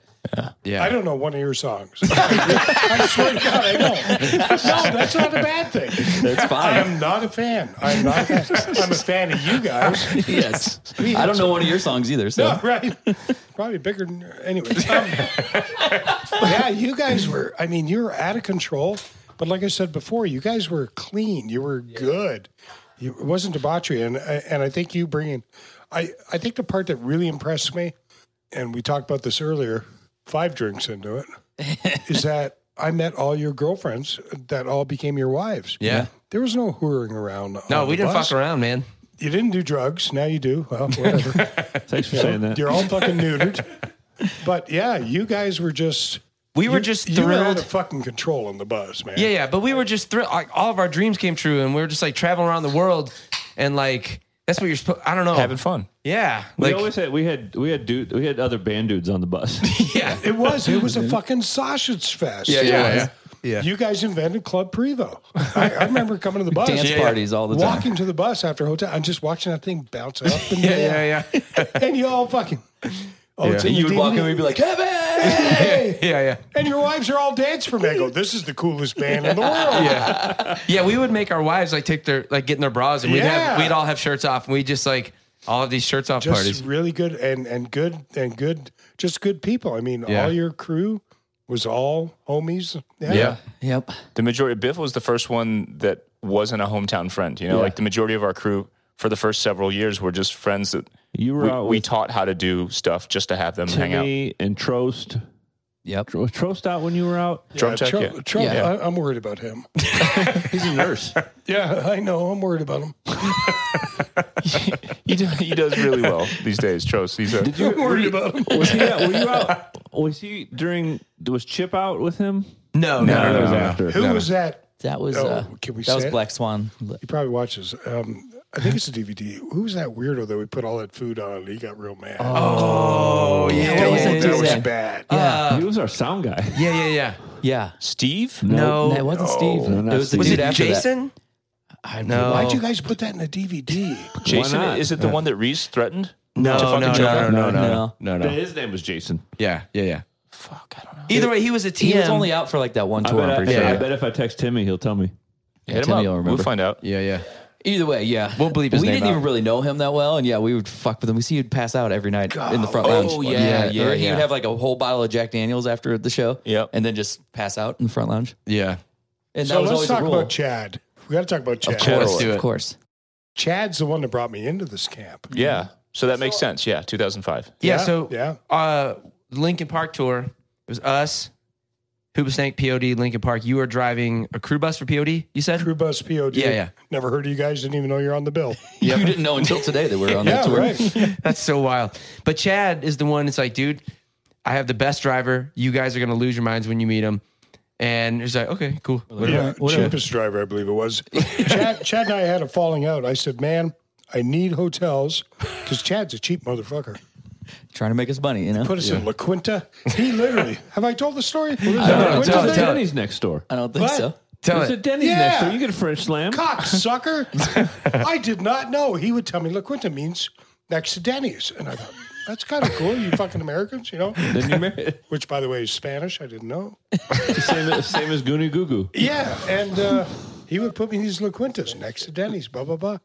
Speaker 5: yeah.
Speaker 1: I don't know one of your songs. I swear to God, I don't. No, that's not a bad thing.
Speaker 3: it's
Speaker 1: I
Speaker 3: fine.
Speaker 1: am not a fan. I'm not. A fan. I'm a fan of you guys.
Speaker 3: yes, I don't know one of your songs either. So
Speaker 1: Yeah, right. Probably bigger than anyways. Um, yeah, you guys were. I mean, you were out of control. But like I said before, you guys were clean. You were good. You, it wasn't debauchery, and I- and I think you bringing. I I think the part that really impressed me, and we talked about this earlier, five drinks into it, is that I met all your girlfriends that all became your wives.
Speaker 5: Yeah.
Speaker 1: There was no hooring around.
Speaker 5: No,
Speaker 1: on
Speaker 5: we
Speaker 1: the
Speaker 5: didn't
Speaker 1: bus.
Speaker 5: fuck around, man.
Speaker 1: You didn't do drugs. Now you do. Well, whatever.
Speaker 2: Thanks for saying that.
Speaker 1: You're all fucking neutered. But yeah, you guys were just
Speaker 5: We were
Speaker 1: you-
Speaker 5: just
Speaker 1: you were out
Speaker 5: thrilled.
Speaker 1: of fucking control on the bus, man.
Speaker 5: yeah, yeah, but we were just thrilled. Like all of our dreams came true, and we were just like traveling around the world, and like that's what you're supposed. I don't know.
Speaker 4: having fun.
Speaker 5: yeah,
Speaker 2: we
Speaker 5: like
Speaker 2: always had we had we had dude we had other band dudes on the bus.
Speaker 5: yeah,
Speaker 1: It was it was a fucking sausage fest.
Speaker 5: yeah, yeah, yeah. yeah.
Speaker 1: You guys invented Club Prevo. I, I remember coming to the bus,
Speaker 3: dance
Speaker 5: Yeah, yeah.
Speaker 3: parties all the time.
Speaker 1: walking to the bus after hotel, and just watching that thing bounce up and
Speaker 5: Yeah,
Speaker 1: down.
Speaker 5: yeah, yeah,
Speaker 1: and you all fucking. Oh, it's in
Speaker 3: You
Speaker 1: the
Speaker 3: would walk
Speaker 1: DVD.
Speaker 3: in, we'd be like, Kevin.
Speaker 1: Hey!
Speaker 5: yeah, yeah,
Speaker 1: And your wives are all dancing for me. I go, this is the coolest band in the world.
Speaker 5: yeah. We would make our wives like take their like get in their bras, and we'd
Speaker 1: Yeah.
Speaker 5: have we'd all have shirts off, and we just like all of these shirts off
Speaker 1: just
Speaker 5: parties.
Speaker 1: really good and and good and good just good people i mean
Speaker 5: Yeah.
Speaker 1: all your crew was all homies yeah,
Speaker 3: Yep.
Speaker 4: the majority. Biff was the first one that wasn't a hometown friend. You know, like the majority of our crew for the first several years were just friends that
Speaker 2: You were
Speaker 4: we,
Speaker 2: out
Speaker 4: we
Speaker 2: with
Speaker 4: taught how to do stuff just to have them hang out.
Speaker 2: Timmy and Trost
Speaker 3: Yep.
Speaker 2: Was Trost out when you were out?
Speaker 4: Drum check.
Speaker 1: Trump,
Speaker 4: yeah.
Speaker 1: Trump,
Speaker 3: Yeah.
Speaker 1: I, I'm worried about him.
Speaker 2: He's a nurse.
Speaker 1: yeah, I know. I'm worried about him.
Speaker 4: He, do, he does really well these days, Trost. He's a,
Speaker 2: Did you?
Speaker 1: I'm worried about him.
Speaker 2: Was he? Yeah, were you out? Was he during? Was Chip out with him?
Speaker 5: No, no, no,
Speaker 2: That was
Speaker 5: no.
Speaker 2: after.
Speaker 1: Who was that?
Speaker 3: That was
Speaker 1: Oh,
Speaker 3: uh,
Speaker 1: can we
Speaker 3: that was
Speaker 1: say it?
Speaker 3: Black Swan.
Speaker 1: He probably watches. Um, I think it's a DVD. Who was that weirdo that we put all that food on? and He got real mad. Oh,
Speaker 5: Oh yeah,
Speaker 1: that
Speaker 3: what
Speaker 1: was,
Speaker 3: was
Speaker 5: yeah,
Speaker 1: that was
Speaker 3: it just then?
Speaker 5: yeah, Oh.
Speaker 1: bad.
Speaker 2: he was our sound guy.
Speaker 5: yeah, yeah, yeah.
Speaker 3: Yeah.
Speaker 4: Steve?
Speaker 5: No,
Speaker 3: That wasn't Steve.
Speaker 2: No, not
Speaker 3: it was the
Speaker 5: was
Speaker 3: dude
Speaker 5: it
Speaker 3: after
Speaker 5: Jason?
Speaker 3: that. I
Speaker 5: No.
Speaker 1: Why'd you guys put that in a DVD?
Speaker 4: Jason,
Speaker 2: not?
Speaker 4: is it the one that Reese threatened?
Speaker 5: No,
Speaker 4: To
Speaker 5: no,
Speaker 4: fucking
Speaker 5: no,
Speaker 4: choke
Speaker 5: no,
Speaker 4: him?
Speaker 5: no, no,
Speaker 3: No.
Speaker 5: no, no, no.
Speaker 2: His name was Jason.
Speaker 5: Yeah, yeah, yeah.
Speaker 4: Fuck, I don't know.
Speaker 5: Either way, he was a TM.
Speaker 3: He was only out for like that one
Speaker 2: I
Speaker 3: tour.
Speaker 2: bet,
Speaker 3: I'm
Speaker 2: I,
Speaker 3: pretty
Speaker 2: yeah,
Speaker 3: sure.
Speaker 2: I bet if I text Timmy, he'll tell me.
Speaker 4: Hit him
Speaker 3: Timmy
Speaker 4: up.
Speaker 3: will
Speaker 4: We'll
Speaker 3: remember.
Speaker 4: find out.
Speaker 5: yeah, yeah.
Speaker 3: Either way, yeah.
Speaker 5: We'll bleep his
Speaker 3: we
Speaker 5: name
Speaker 3: didn't even
Speaker 5: out.
Speaker 3: really know him that well, and yeah, we would fuck with him. We see he'd pass out every night in the front
Speaker 4: Oh,
Speaker 3: lounge.
Speaker 5: yeah, yeah,
Speaker 3: Or he
Speaker 5: yeah.
Speaker 3: would have like a whole bottle of Jack Daniels after the show.
Speaker 4: Yep.
Speaker 3: and then just pass out in the front lounge.
Speaker 5: Yeah.
Speaker 3: And
Speaker 1: so
Speaker 3: that was
Speaker 1: let's
Speaker 3: always the
Speaker 1: talk
Speaker 3: rule.
Speaker 1: about Chad. We got to talk about Chad.
Speaker 4: course.
Speaker 5: Let's do
Speaker 3: of
Speaker 5: it.
Speaker 3: course.
Speaker 1: Chad's the one that brought me into this camp.
Speaker 4: Yeah. So that makes sense. Yeah, 2005.
Speaker 5: Yeah, so
Speaker 1: yeah,
Speaker 5: uh Lincoln Park tour. It was us, Hooba Stank, POD, Lincoln Park. You were driving a crew bus for POD, you said?
Speaker 1: Crew Bus POD.
Speaker 5: Yeah, yeah.
Speaker 1: Never heard of you guys. Didn't even know you're on the bill.
Speaker 3: You didn't know until today that we were on that
Speaker 1: yeah,
Speaker 3: tour.
Speaker 1: right.
Speaker 5: That's so wild. But Chad is the one that's like, dude, I have the best driver. You guys are gonna lose your minds when you meet him. And it's like, okay, cool.
Speaker 1: Yeah, cheapest driver, I believe it was. Chad, Chad and I had a falling out. I said, "Man, I need hotels because Chad's a cheap motherfucker.
Speaker 3: Trying to make us money, you know.
Speaker 1: Put us in La Quinta. He literally. Have I told the story? I
Speaker 2: No, no,
Speaker 5: What
Speaker 2: tell
Speaker 5: does
Speaker 2: it,
Speaker 5: that-
Speaker 2: Denny's next door.
Speaker 3: I don't think
Speaker 1: What?
Speaker 3: so.
Speaker 5: Tell
Speaker 2: There's a
Speaker 5: it.
Speaker 2: Denny's
Speaker 1: Yeah.
Speaker 2: next door. You get a French slam.
Speaker 1: Cocksucker! I did not know. He would tell me La Quinta means next to Denny's, and I thought that's kind of cool. You fucking Americans, you know.
Speaker 2: Then you marry-
Speaker 1: Which, by the way, is Spanish. I didn't know.
Speaker 2: same, as- same as Goonie Goo Goo.
Speaker 1: Yeah, and uh, he would put me in these La Quintas next to Denny's. Blah blah blah.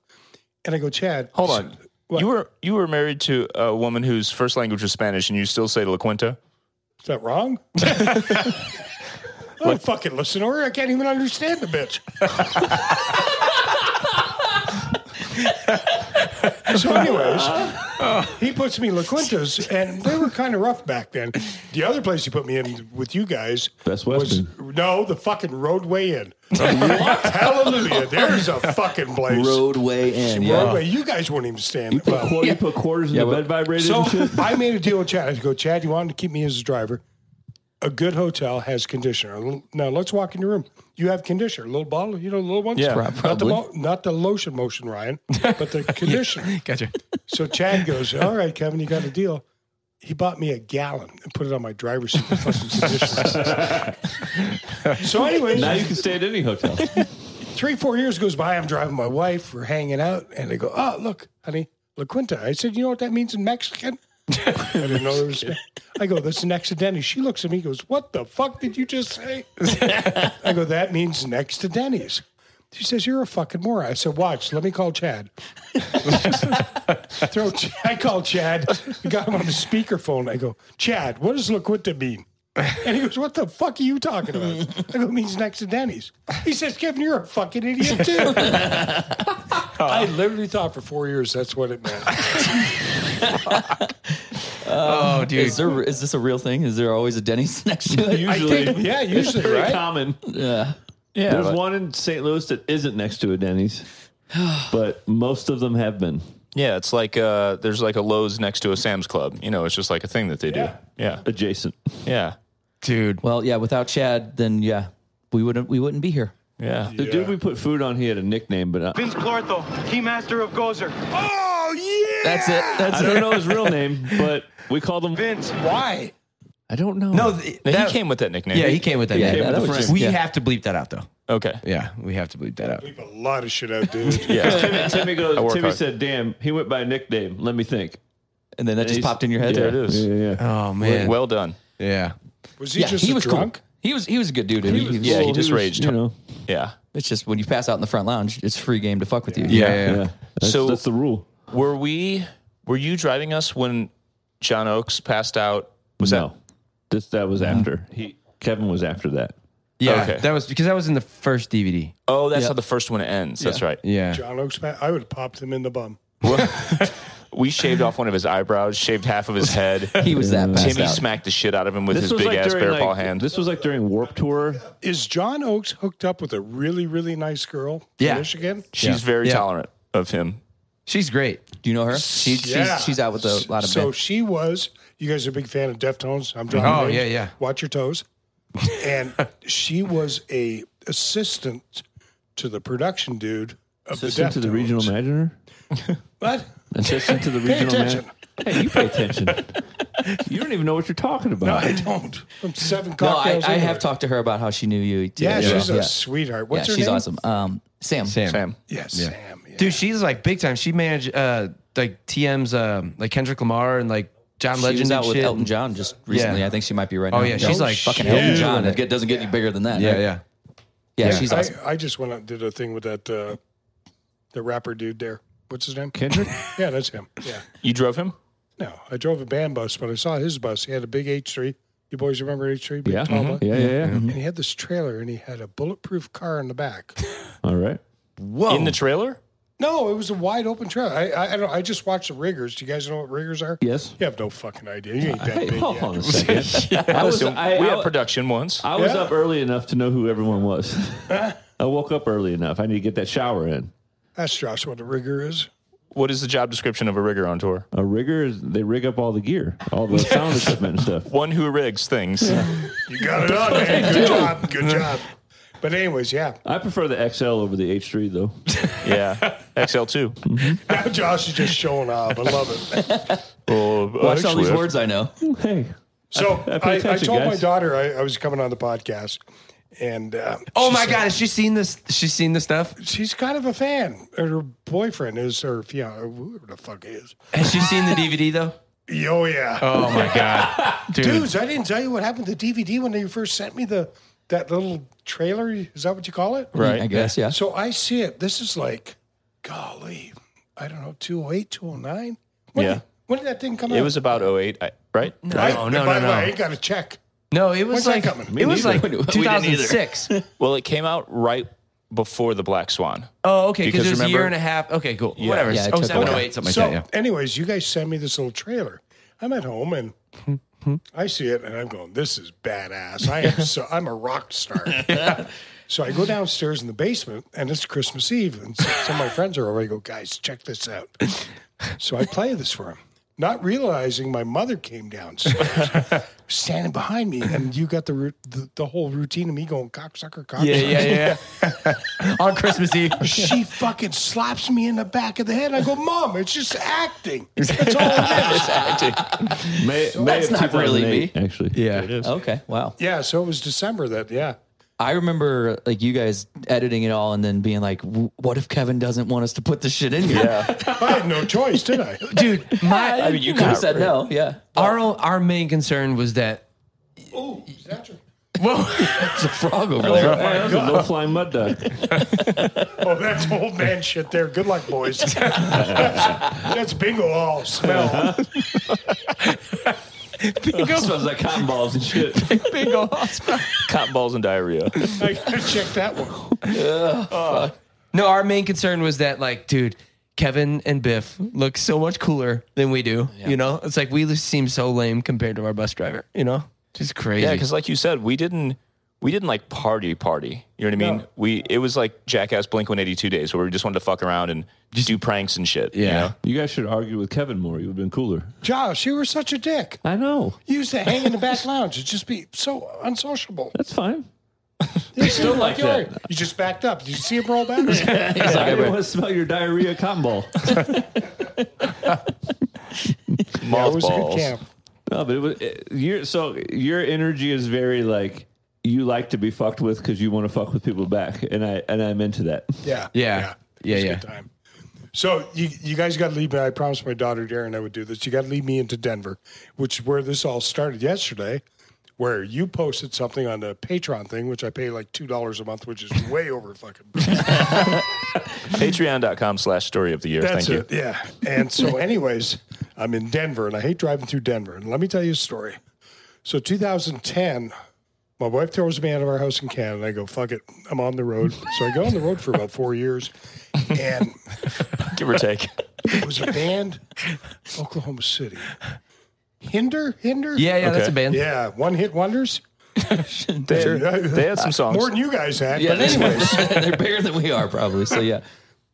Speaker 1: And I go, Chad.
Speaker 4: Hold on. You were you were married to a woman whose first language was Spanish, and you still say La Quinta.
Speaker 1: Is that wrong? I don't fucking listen to her. I can't even understand the bitch. so, anyways, he puts me in La Quinta's, and they were kind of rough back then. The other place he put me in with you guys
Speaker 2: Best
Speaker 1: was no, the fucking roadway in. Hallelujah! There's a fucking place.
Speaker 3: Roadway in. Yeah.
Speaker 1: Roadway. You guys wouldn't even stand. Well,
Speaker 2: Quarter, You put quarters in the bed vibrator
Speaker 1: so
Speaker 2: and shit.
Speaker 1: I made a deal with Chad. I go, Chad, you wanted to keep me as a driver. A good hotel has conditioner. Now let's walk in your room. You have conditioner, little bottle, you know, little ones.
Speaker 4: Yeah,
Speaker 1: not the mo- not the lotion motion, Ryan, but the conditioner.
Speaker 5: Gotcha.
Speaker 1: so Chad goes, all right, Kevin, you got a deal. He bought me a gallon and put it on my driver's seat. with fucking conditioner. so, anyways,
Speaker 2: Now you can stay at any hotel.
Speaker 1: three, four years goes by. I'm driving my wife. We're hanging out, and they go, "Oh, look, honey, La Quinta." I said, "You know what that means in Mexican?" I didn't know there was. I go, "That's an accident." She looks at me, goes, "What the fuck did you just say?" I go, "That means next to Denny's." She says, "You're a fucking moron." I said, "Watch, let me call Chad." Throw. Ch- I call Chad. Got him on the speakerphone. I go, "Chad, what does La Quinta mean?" And he goes, What the fuck are you talking about? I go, It means next to Denny's. He says, Kevin, you're a fucking idiot too. I literally thought for four years that's what it meant.
Speaker 5: Oh, dude.
Speaker 3: Is there is this a real thing? Is there always a Denny's next to it?
Speaker 2: Usually,
Speaker 1: yeah,
Speaker 2: it's
Speaker 1: usually,
Speaker 2: very
Speaker 1: right?
Speaker 2: common.
Speaker 3: Yeah.
Speaker 4: Yeah,
Speaker 2: There's
Speaker 4: but-
Speaker 2: one in St. Louis that isn't next to a Denny's, but most of them have been.
Speaker 4: yeah. It's like uh, there's like a Lowe's next to a Sam's Club. You know, it's just like a thing that they do.
Speaker 1: Yeah.
Speaker 4: Yeah,
Speaker 2: Adjacent.
Speaker 4: yeah,
Speaker 5: Dude.
Speaker 3: Well, yeah. Without Chad, then yeah, we wouldn't we wouldn't be here.
Speaker 4: yeah.
Speaker 2: The dude we put food on, he had a nickname, but I,
Speaker 6: Vince Clortho, key master of Gozer.
Speaker 3: That's it. That's
Speaker 2: I
Speaker 3: it.
Speaker 2: don't know his real name, but we called him.
Speaker 6: Vince.
Speaker 1: Why?
Speaker 2: I don't know.
Speaker 5: No, th-
Speaker 4: Now,
Speaker 5: that,
Speaker 4: he came with that nickname.
Speaker 5: Yeah, he came with that.
Speaker 3: Yeah,
Speaker 5: name.
Speaker 3: that
Speaker 2: was
Speaker 5: we
Speaker 3: just- yeah.
Speaker 5: have to bleep that out though.
Speaker 4: Okay.
Speaker 5: Yeah, we have to bleep that out.
Speaker 1: Leave a lot of shit out, dude.
Speaker 4: Yeah.
Speaker 2: Timmy, Timmy
Speaker 4: I
Speaker 2: goes.
Speaker 4: work
Speaker 2: Timmy
Speaker 4: hard.
Speaker 2: said, "Damn, he went by a nickname. Let me think."
Speaker 3: And then that just
Speaker 2: he's-
Speaker 3: popped in your head.
Speaker 2: yeah,
Speaker 3: There it is.
Speaker 2: Yeah, yeah.
Speaker 5: Oh man.
Speaker 4: well done.
Speaker 5: yeah.
Speaker 1: Was he
Speaker 3: Yeah,
Speaker 1: just
Speaker 3: he
Speaker 1: a
Speaker 3: was
Speaker 1: drunk?
Speaker 3: cool. He was he was a good dude. He was-
Speaker 4: yeah, he
Speaker 2: Well,
Speaker 4: just
Speaker 2: was,
Speaker 4: raged.
Speaker 2: You know,
Speaker 4: Yeah.
Speaker 3: It's just when you pass out in the front lounge, it's free game to fuck with you.
Speaker 5: Yeah, yeah,
Speaker 2: yeah.
Speaker 5: yeah.
Speaker 2: That's,
Speaker 4: So-
Speaker 2: that's the rule.
Speaker 4: Were we? Were you driving us when John Oakes passed out? Was
Speaker 2: no, this that was after he Kevin was after that.
Speaker 5: Yeah,
Speaker 4: Okay.
Speaker 5: That was because that was in the first DVD.
Speaker 4: that? Oh, that's how the first one ends. That's right.
Speaker 5: Yeah.
Speaker 1: John Oakes, man, I would have popped him in the bum.
Speaker 4: We shaved off one of his eyebrows, shaved half of his head.
Speaker 3: He was that passed
Speaker 4: Timmy
Speaker 3: out.
Speaker 4: smacked the shit out of him with his
Speaker 2: was
Speaker 4: big
Speaker 2: like
Speaker 4: ass
Speaker 2: during,
Speaker 4: bear
Speaker 2: like,
Speaker 4: paw hand.
Speaker 2: This was like during Warp Tour.
Speaker 1: Is John Oakes hooked up with a really, really nice girl from
Speaker 5: Yeah.
Speaker 1: Michigan?
Speaker 4: She's very
Speaker 5: Yeah.
Speaker 4: tolerant of him.
Speaker 5: She's great.
Speaker 3: Do you know her? She,
Speaker 1: Yeah.
Speaker 3: she's, she's out with a lot of
Speaker 1: So
Speaker 3: men. Mm-hmm.
Speaker 1: she was. You guys are a big fan of Deftones. I'm dropping.
Speaker 5: Oh,
Speaker 1: names.
Speaker 5: yeah, yeah.
Speaker 1: Watch your toes. And she was a assistant to the production dude of
Speaker 2: Assistant
Speaker 1: the
Speaker 2: to
Speaker 1: Deftones.
Speaker 2: the regional manager.
Speaker 1: What?
Speaker 2: Assistant to the
Speaker 1: Pay
Speaker 2: regional manager.
Speaker 1: attention.
Speaker 2: Hey, you pay attention. you don't even know what you're talking
Speaker 1: No,
Speaker 2: about.
Speaker 1: I don't. I'm seven
Speaker 3: No, I,
Speaker 1: cocktails.
Speaker 3: I
Speaker 1: in.
Speaker 3: have talked to her about how she knew you. Too.
Speaker 1: Yeah, she's a
Speaker 3: yeah.
Speaker 1: sweetheart.
Speaker 3: Yeah,
Speaker 1: What's her
Speaker 3: she's
Speaker 1: name?
Speaker 3: awesome. Um, Sam.
Speaker 4: Sam.
Speaker 1: Yes, Sam. Yeah.
Speaker 5: Dude, she's like big time. She managed uh like TM's um like Kendrick Lamar and like John
Speaker 3: She
Speaker 5: Legend
Speaker 3: was out
Speaker 5: and
Speaker 3: with
Speaker 5: shit.
Speaker 3: Elton John just recently.
Speaker 5: Yeah.
Speaker 3: I think she might be right
Speaker 5: Oh,
Speaker 3: now.
Speaker 5: yeah, she's
Speaker 3: No
Speaker 5: like,
Speaker 3: fucking
Speaker 5: shit.
Speaker 3: Elton John. It get- doesn't get any bigger than that.
Speaker 5: Yeah,
Speaker 3: right?
Speaker 5: yeah.
Speaker 3: yeah,
Speaker 5: Yeah.
Speaker 3: She's awesome.
Speaker 1: I, I just went out and did a thing with that uh, the rapper dude there. What's his name?
Speaker 2: Kendrick?
Speaker 1: Yeah, that's him. Yeah.
Speaker 4: You drove him?
Speaker 1: No, I drove a band bus, but I saw his bus. He had a big H3. You boys remember H3? Big
Speaker 2: Yeah. Mm-hmm.
Speaker 1: tall bus?
Speaker 2: Yeah, yeah, yeah.
Speaker 1: And he had this trailer and he had a bulletproof car in the back.
Speaker 2: All right.
Speaker 5: Whoa.
Speaker 4: In the trailer?
Speaker 1: No, it was a wide open trailer. I, I, I don't. I just watched the riggers. Do you guys know what riggers are?
Speaker 2: Yes.
Speaker 1: You have no fucking idea. You ain't that
Speaker 2: Hey,
Speaker 1: big
Speaker 2: hold
Speaker 1: yet.
Speaker 2: on a second. I was,
Speaker 4: Listen,
Speaker 2: I,
Speaker 4: we
Speaker 2: I,
Speaker 4: had production once.
Speaker 2: I was
Speaker 1: Yeah.
Speaker 2: up early enough to know who everyone was. I woke up early enough. I need to get that shower in.
Speaker 1: Ask Josh what a rigger is.
Speaker 4: What is the job description of a rigger on tour?
Speaker 2: A rigger is they rig up all the gear, all the sound equipment and stuff.
Speaker 4: One who rigs things.
Speaker 1: You got it on, man. Good job. Good job. But anyways, yeah.
Speaker 2: I prefer the XL over the H3 though.
Speaker 4: yeah. XL2.
Speaker 1: Now Josh is just showing off. I love it.
Speaker 3: Watch all these words I know.
Speaker 2: Hey,
Speaker 1: So I,
Speaker 2: I pay
Speaker 1: I,
Speaker 2: attention,
Speaker 1: told my
Speaker 2: guys.
Speaker 1: daughter I, I was coming on the podcast, and uh,
Speaker 5: oh
Speaker 1: she
Speaker 5: my
Speaker 1: said-
Speaker 5: god, has she seen this she's seen this stuff?
Speaker 1: she's kind of a fan. Her boyfriend is her fiance, whoever the fuck it is.
Speaker 5: Has she seen the DVD though?
Speaker 1: Oh yeah,
Speaker 5: Oh my god. Dude.
Speaker 1: dudes! I didn't tell you what happened to DVD when they first sent me the that little trailer. Is that what you call it?
Speaker 4: Right.
Speaker 3: I guess, yeah.
Speaker 1: So I see it. This is like, golly, I don't know, 208, 209? When
Speaker 4: Yeah.
Speaker 1: Did, when did that thing come out?
Speaker 4: It was about 08, I, right?
Speaker 1: I,
Speaker 5: Oh, No, no,
Speaker 1: by
Speaker 5: no,
Speaker 1: the way, I
Speaker 5: no.
Speaker 1: ain't got a check.
Speaker 5: No, it
Speaker 1: When's
Speaker 5: was
Speaker 1: that
Speaker 5: like
Speaker 1: coming?
Speaker 5: it was like
Speaker 3: We didn't either.
Speaker 5: 2006.
Speaker 4: Well, it came out right before the Black Swan.
Speaker 5: Oh, okay,
Speaker 4: Because
Speaker 5: because it was a year
Speaker 4: remember-
Speaker 5: and a half. Okay, cool. Whatever.
Speaker 3: Yeah, it
Speaker 5: oh,
Speaker 3: took
Speaker 5: seven,
Speaker 3: a
Speaker 5: oh,
Speaker 3: while.
Speaker 5: eight, something
Speaker 1: so,
Speaker 5: like that.
Speaker 1: anyways, you guys send me this little trailer. I'm at home and I see it and I'm going, this is badass. I am so I'm a rock star. So I go downstairs in the basement and it's Christmas Eve and so, some of my friends are over. I go, guys, check this out. So I play this for him, not realizing my mother came downstairs, standing behind me, and you got the ru- the, the whole routine of me going cocksucker, cocksucker.
Speaker 5: Yeah, yeah, yeah. yeah. On Christmas Eve.
Speaker 1: She fucking slaps me in the back of the head. I go, Mom, it's just acting. That's all it is.
Speaker 2: May, May of
Speaker 3: that's not really
Speaker 2: 2008, Actually,
Speaker 5: Yeah.
Speaker 3: Okay, wow.
Speaker 1: Yeah, so it was December that, yeah.
Speaker 3: I remember like you guys editing it all and then being like, "W- "What if Kevin doesn't want us to put this shit in here?" Yeah,
Speaker 1: I had no choice, did I?
Speaker 5: Dude, my
Speaker 3: I mean, you could have said no. Yeah,
Speaker 5: our our main concern was that
Speaker 1: Ooh, snatcher.
Speaker 5: Whoa.
Speaker 3: it's a frog over there.
Speaker 2: That was a low flying mud duck.
Speaker 1: Oh, that's old man shit there. Good luck, boys. that's, that's bingo all smell.
Speaker 2: It smells like cotton balls and shit.
Speaker 4: Cotton balls and diarrhea.
Speaker 1: I gotta check that one.
Speaker 5: No, our main concern was that like, dude, Kevin and Biff look so much cooler than we do. You know? It's like we seem so lame compared to our bus driver, you know? Just crazy.
Speaker 4: Yeah, because like you said, we didn't we didn't like party party. You know what I mean?
Speaker 1: No.
Speaker 4: We it was like Jackass Blink One Eighty Two days where we just wanted to fuck around and just do pranks and shit. you know?
Speaker 2: You guys should argue with Kevin more. You would have been cooler.
Speaker 1: Josh, you were such a dick.
Speaker 2: I know.
Speaker 1: You used to hang in the back lounge and just be so unsociable.
Speaker 2: That's fine.
Speaker 1: You still
Speaker 2: like that.
Speaker 1: You just backed up. Did you see him roll back? yeah,
Speaker 2: I didn't want to smell your diarrhea cotton ball.
Speaker 1: it was a good
Speaker 4: Mothballs.
Speaker 1: camp.
Speaker 2: No, but it was it, your so your energy is very like you like to be fucked with because you want to fuck with people back, and I and I'm into that.
Speaker 1: Yeah.
Speaker 5: Yeah.
Speaker 1: It was
Speaker 5: Yeah,
Speaker 1: a good time. So you you guys got to leave me. I promised my daughter Darren I would do this. You got to lead me into Denver, which is where this all started yesterday, where you posted something on the Patreon thing, which I pay like two dollars a month, which is way over fucking.
Speaker 4: Patreon.com slash story of the year.
Speaker 1: That's
Speaker 4: Thank you.
Speaker 1: it. Yeah. And so, anyways, I'm in Denver, and I hate driving through Denver. And let me tell you a story. So 2010, my wife throws me out of our house in Canada. I go, fuck it, I'm on the road. So I go on the road for about four years, and.
Speaker 4: Give or take.
Speaker 1: It was a band, Oklahoma City. Hinder, Hinder.
Speaker 5: Yeah, yeah, that's
Speaker 4: Okay.
Speaker 5: a band.
Speaker 1: yeah. One hit wonders.
Speaker 4: They, they had some songs.
Speaker 1: More than you guys had.
Speaker 3: Yeah,
Speaker 1: But anyways,
Speaker 3: they're, they're bigger than we are probably. So yeah,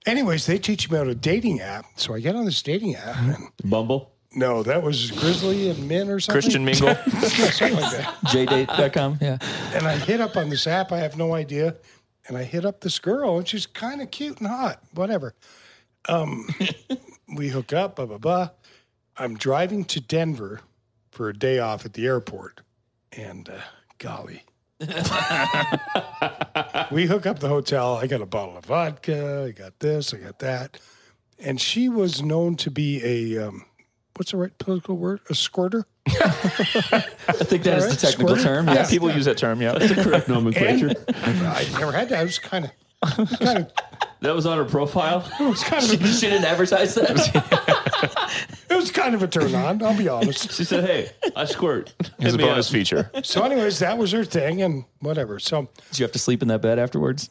Speaker 1: anyways, they teach me about a dating app. So I get on this dating app. And,
Speaker 2: Bumble.
Speaker 1: no, that was Grizzly and Men or something.
Speaker 4: Christian Mingle.
Speaker 1: Yeah, something like that.
Speaker 3: jdate.com. Yeah,
Speaker 1: And I hit up on this app. I have no idea. And I hit up this girl, and she's kind of cute and hot. Whatever. Um, we hook up. Blah blah blah. I'm driving to Denver for a day off at the airport, and uh, golly. we hook up the hotel. I got a bottle of vodka. I got this. I got that. And she was known to be a um, what's the right political word? A squirter.
Speaker 3: I think that is
Speaker 1: Alright,
Speaker 3: the technical
Speaker 1: squirt.
Speaker 3: term. Yeah.
Speaker 1: Yeah.
Speaker 4: People use that term, yeah.
Speaker 2: Correct nomenclature.
Speaker 1: I never had that. I was kind of kind of
Speaker 2: that was on her profile.
Speaker 1: It's kind of a,
Speaker 3: she didn't advertise that.
Speaker 1: it was kind of a turn on. I'll be honest.
Speaker 2: She said, "Hey, I squirt."
Speaker 4: It's a
Speaker 2: Hit me
Speaker 4: bonus
Speaker 2: up.
Speaker 4: feature.
Speaker 1: So, anyways, that was her thing, and whatever. So,
Speaker 3: Did you have to sleep in that bed afterwards?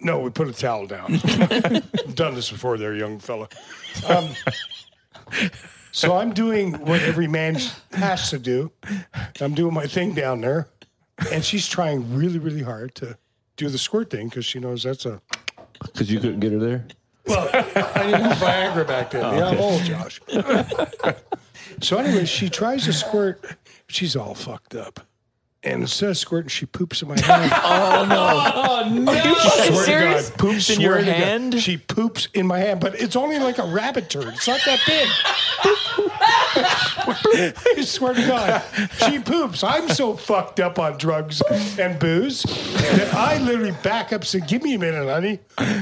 Speaker 1: no, we put a towel down. I've done this before, there, young fella. Um, so I'm doing what every man has to do. I'm doing my thing down there, and she's trying really, really hard to do the squirt thing because she knows that's a
Speaker 2: Because you couldn't get her there.
Speaker 1: I didn't have Viagra back then. yeah, I'm old, Josh. so, anyway, she tries to squirt. She's all fucked up. And instead of squirting, she poops in my hand.
Speaker 3: Are you
Speaker 1: Swear to
Speaker 3: serious?
Speaker 1: God, poops
Speaker 4: in your
Speaker 1: swear to God.
Speaker 4: hand?
Speaker 1: She poops in my hand, but it's only like a rabbit turd. It's not that big. I swear to God, she poops. I'm so fucked up on drugs and booze that I literally back up. Say, "Give me a minute, honey.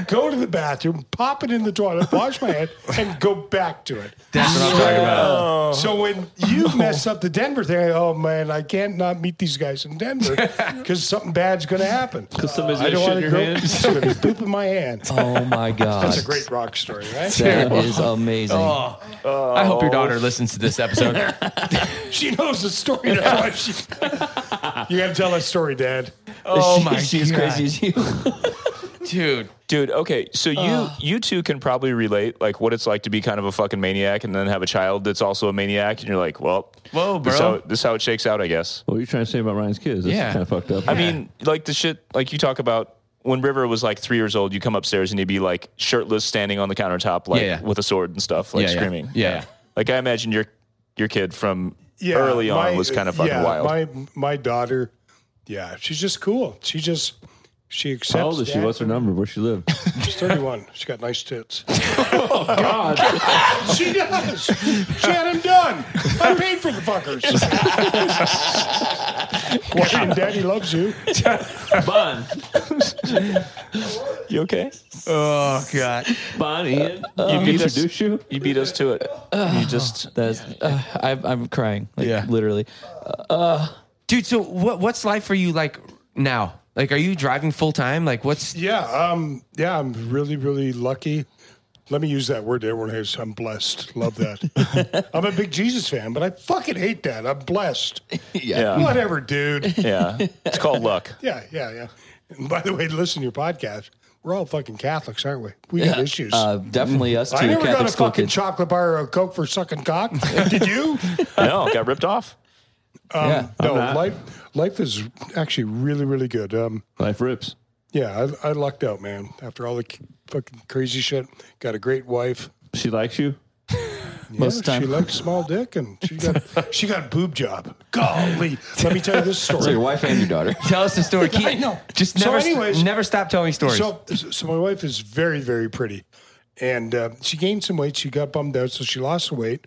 Speaker 1: Go to the bathroom, pop it in the toilet, wash my hand, and go back to it."
Speaker 5: That's what I'm talking about.
Speaker 1: So when you mess up the Denver thing, I, oh man, I can't not meet these guys in Denver because something bad's going to happen. Because
Speaker 2: somebody's gonna shit in your hand?
Speaker 1: Somebody's poop in my hand.
Speaker 3: Oh my god.
Speaker 1: That's a great rock story, right?
Speaker 3: That is amazing.
Speaker 5: Oh.
Speaker 3: Oh.
Speaker 5: I hope your daughter listens to this episode.
Speaker 1: She knows the story. That's why she. You got to tell that story, Dad.
Speaker 5: oh
Speaker 3: She-
Speaker 5: my
Speaker 3: she's
Speaker 5: God.
Speaker 3: crazy as you.
Speaker 5: Dude,
Speaker 4: Dude, okay, so you you two can probably relate like what it's like to be kind of a fucking maniac and then have a child that's also a maniac and you're like, well,
Speaker 5: Whoa,
Speaker 4: this
Speaker 5: bro.
Speaker 4: how, this how it shakes out, I guess.
Speaker 2: What are you trying to say about Ryan's kids? That's
Speaker 5: Yeah.
Speaker 2: kind of fucked up.
Speaker 4: I mean, like the shit like you talk about when River was like 3 years old, you come upstairs and he'd be like shirtless standing on the countertop like
Speaker 5: Yeah, yeah.
Speaker 4: with a sword and stuff, like
Speaker 5: Yeah, yeah.
Speaker 4: screaming.
Speaker 5: Yeah.
Speaker 4: Like I imagine your your kid from early on
Speaker 1: my-
Speaker 4: was kind of fucking
Speaker 1: yeah,
Speaker 4: wild.
Speaker 1: My my daughter, yeah, she's just cool. She just she accepts.
Speaker 2: how old is she?
Speaker 1: that.
Speaker 2: What's her number? Where she lived?
Speaker 1: She's thirty-one. She got nice tits. oh God, she does. She had him done. I paid for the fuckers. Wow. Daddy loves you.
Speaker 2: Bon.
Speaker 4: you okay?
Speaker 5: Oh God.
Speaker 2: Bon, Ian. you
Speaker 4: beat us.
Speaker 2: introduce you?
Speaker 4: You beat us to it. You just
Speaker 3: That's, uh, I, I'm crying. Like,
Speaker 5: Yeah.
Speaker 3: Literally.
Speaker 5: Dude, so what what's life for you like now? Like are you driving full time? Like what's
Speaker 1: Yeah, um, yeah, I'm really, really lucky. Let me use that word that everyone hates. I'm blessed. Love that. I'm a big Jesus fan, but I fucking hate that. I'm blessed.
Speaker 4: yeah.
Speaker 1: Whatever, dude.
Speaker 4: Yeah. It's called luck.
Speaker 1: Yeah, yeah, yeah. And by the way, listen to your podcast. We're all fucking Catholics, aren't we? We got issues.
Speaker 3: Uh, definitely us
Speaker 1: I
Speaker 3: too.
Speaker 1: never got
Speaker 3: Catholic
Speaker 1: a
Speaker 3: school
Speaker 1: fucking
Speaker 3: kids.
Speaker 1: chocolate bar or a Coke for sucking cock. Did you?
Speaker 4: No, got ripped off.
Speaker 3: yeah.
Speaker 1: No, life life is actually really, really good. Um,
Speaker 2: Life rips.
Speaker 1: yeah, I, I lucked out, man. After all the c- fucking crazy shit, got a great wife.
Speaker 2: She likes you.
Speaker 3: Most of the
Speaker 1: she
Speaker 3: time.
Speaker 1: liked small dick, and she got she got boob job. Golly, let me tell you this
Speaker 3: So your
Speaker 1: story.
Speaker 3: wife and your daughter.
Speaker 5: Tell us the story. Keep,
Speaker 1: I know.
Speaker 5: Just
Speaker 1: So
Speaker 5: never,
Speaker 1: anyways-
Speaker 5: never stop telling stories.
Speaker 1: So, so my wife is very, very pretty, and uh, she gained some weight. She got bummed out, so she lost some weight.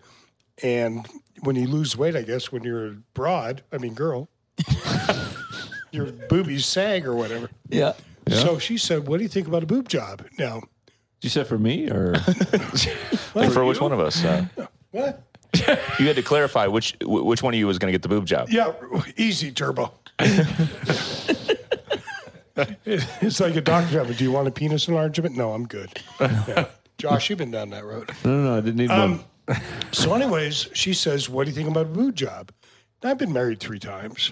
Speaker 1: And when you lose weight, I guess when you're a broad, I mean girl, your boobies sag or whatever.
Speaker 3: Yeah.
Speaker 1: So she said, "What do you think about a boob job?" Now,
Speaker 2: You said for me or
Speaker 4: for which one of us? Uh,
Speaker 1: what?
Speaker 4: you had to clarify which wh- which one of you was going to get the boob job.
Speaker 1: Yeah, easy turbo. it's like a doctor having, do you want a penis enlargement? No, I'm good. Yeah. Josh, you've been down that road.
Speaker 2: no? No, no, I didn't need one.
Speaker 1: So, anyways, she says, What do you think about a boob job? And I've been married three times.